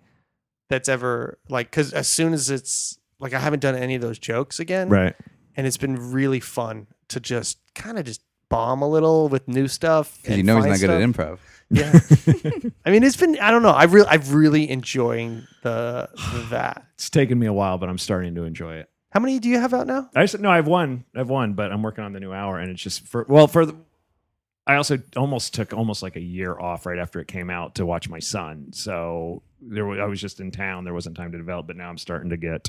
Speaker 5: that's ever like because as soon as it's like I haven't done any of those jokes again,
Speaker 4: Right.
Speaker 5: And it's been really fun to just kind of just bomb a little with new stuff
Speaker 3: Because you know he's not good at
Speaker 5: improv.
Speaker 3: improv.
Speaker 5: Yeah, I mean, it's been I don't know. I really I've really enjoying the, the that.
Speaker 4: It's taken me a while, but I'm starting to enjoy it.
Speaker 5: How many do you have out now?
Speaker 4: I said no, I've won. I've won, but I'm working on the new hour, and it's just for well for. The, I also almost took almost like a year off right after it came out to watch my son. So there was, I was just in town. There wasn't time to develop, but now I'm starting to get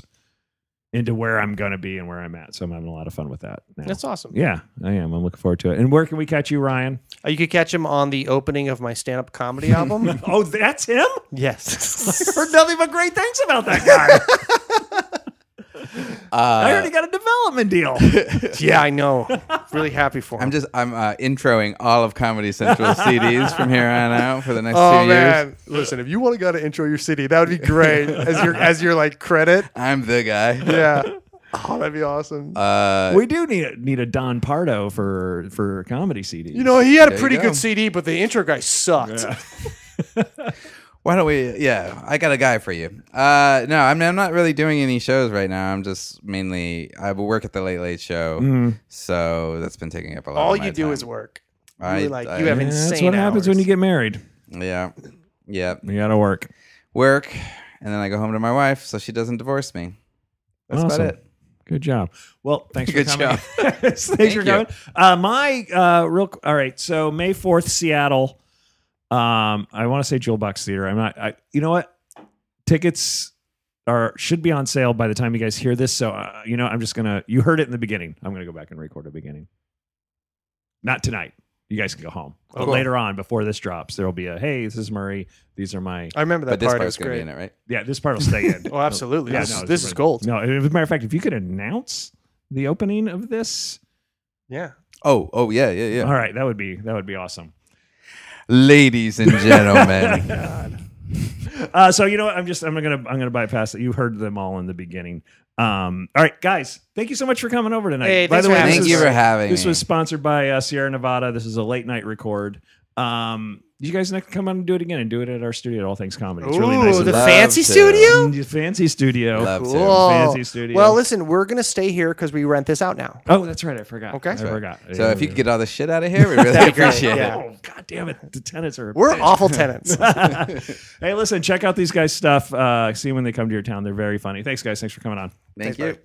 Speaker 4: into where I'm going to be and where I'm at. So I'm having a lot of fun with that. Now.
Speaker 5: That's awesome.
Speaker 4: yeah, I am. I'm looking forward to it. And where can we catch you, Ryan?
Speaker 5: Uh, You could catch him on the opening of my stand up comedy album.
Speaker 4: Oh, that's him.
Speaker 5: yes.
Speaker 4: Heard nothing but great things about that guy.
Speaker 3: Uh,
Speaker 4: I already got a development deal.
Speaker 5: yeah, I know. Really happy for him.
Speaker 3: I'm just I'm uh, introing all of Comedy Central CDs from here on out for the next two
Speaker 5: Oh
Speaker 3: years.
Speaker 5: man! Listen, if you want to go to intro your city, that would be great as your as your like credit.
Speaker 3: I'm the guy.
Speaker 5: Yeah. Oh, that'd be awesome.
Speaker 3: Uh,
Speaker 4: we do need a, need a Don Pardo for for comedy CDs.
Speaker 5: you know, he had a
Speaker 3: you
Speaker 5: pretty
Speaker 3: go.
Speaker 5: good CD, but the intro guy sucked.
Speaker 3: why don't we? Yeah, I got a guy for you. Uh, no, I mean I'm not really doing any shows right now. I'm just mainly I will work at the Late Late Show,
Speaker 4: Mm.
Speaker 3: so that's been taking up a lot.
Speaker 5: Mm. All
Speaker 3: of my
Speaker 5: you do
Speaker 3: time.
Speaker 5: is work.
Speaker 3: I-
Speaker 5: You're like,
Speaker 3: I-
Speaker 5: you have
Speaker 4: Yeah,
Speaker 5: insane.
Speaker 4: that's what happens when you
Speaker 5: hours.
Speaker 4: get married.
Speaker 3: yeah, yeah,
Speaker 4: You got to work.
Speaker 3: work, and then I go home to my wife so she doesn't divorce me. That's
Speaker 4: awesome.
Speaker 3: about it.
Speaker 4: Good job. Well, thanks
Speaker 3: Good
Speaker 4: for coming.
Speaker 3: job.
Speaker 4: Thanks for
Speaker 3: Thank
Speaker 4: coming. Uh, my uh, real. qu- All right. So May fourth, Seattle. Um, I want to say Jewel Box Theater. I'm not. I. You know what? Tickets are should be on sale by the time you guys hear this. So uh, you know, I'm just gonna. You heard it in the beginning. I'm gonna go back and record the beginning. Not tonight. You guys can go home. But
Speaker 5: Cool.
Speaker 4: later on, before this drops, there will be a hey, this is Murray. These are my
Speaker 5: I remember that
Speaker 3: but this
Speaker 5: part. It
Speaker 3: part's
Speaker 5: was
Speaker 3: gonna
Speaker 5: great.
Speaker 3: be in it, right?
Speaker 4: yeah. This part will stay in.
Speaker 5: Oh, absolutely.
Speaker 4: Yeah,
Speaker 5: this
Speaker 4: no, it's
Speaker 5: this is
Speaker 4: great.
Speaker 5: gold.
Speaker 4: No, as a matter of fact, if you could announce the opening of this,
Speaker 5: Yeah.
Speaker 3: Oh, oh yeah, yeah, yeah.
Speaker 4: all right, that would be that would be awesome.
Speaker 3: Ladies and gentlemen,
Speaker 4: Uh, so you know what? I'm just I'm gonna I'm gonna bypass it. You heard them all in the beginning. Um, all right, guys, thank you so much for coming over tonight.
Speaker 5: Hey,
Speaker 4: By
Speaker 5: thanks
Speaker 4: the
Speaker 5: for
Speaker 4: way,
Speaker 5: having
Speaker 4: this
Speaker 3: thank
Speaker 5: us.
Speaker 4: is-
Speaker 3: you for having
Speaker 4: this
Speaker 3: me.
Speaker 4: was sponsored by uh, Sierra Nevada. This is a late night record. Um, you guys next come on and do it again and do it at our studio at All Things Comedy. It's really
Speaker 5: Ooh,
Speaker 4: nice. of
Speaker 5: the
Speaker 4: them.
Speaker 3: Love
Speaker 5: fancy
Speaker 3: to.
Speaker 5: studio.
Speaker 4: Mm, fancy studio.
Speaker 3: Love to.
Speaker 5: Cool.
Speaker 4: Fancy studio.
Speaker 5: Well, listen, we're gonna stay here because we rent this out now.
Speaker 4: Oh, that's right. I forgot.
Speaker 5: Okay.
Speaker 4: I forgot.
Speaker 3: So if you could get all the shit out of here, we really
Speaker 5: That'd be great,
Speaker 3: appreciate
Speaker 5: yeah.
Speaker 3: it.
Speaker 4: Oh, god damn it. The tenants are
Speaker 5: We're awful tenants.
Speaker 4: hey, listen, check out these guys' stuff. Uh, see when they come to your town. They're very funny. Thanks, guys. Thanks for coming on.
Speaker 3: Thank
Speaker 5: Thanks,
Speaker 3: you.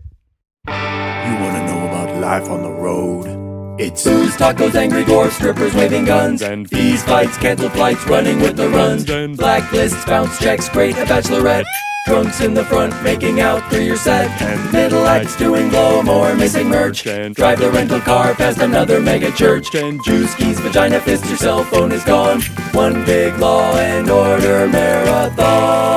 Speaker 5: bud.
Speaker 1: You want to know about life on the road? It's
Speaker 2: Booze, tacos, angry dwarfs, strippers waving guns, and fees, fights, cancel flights, running with the runs, blacklists, bounce checks, great a bachelorette, drunks in the front making out through your set, and middle acts doing blow more missing merch, and drive the rental car past another mega church, and juice keys, vagina fist, your cell phone is gone, one big law and order marathon.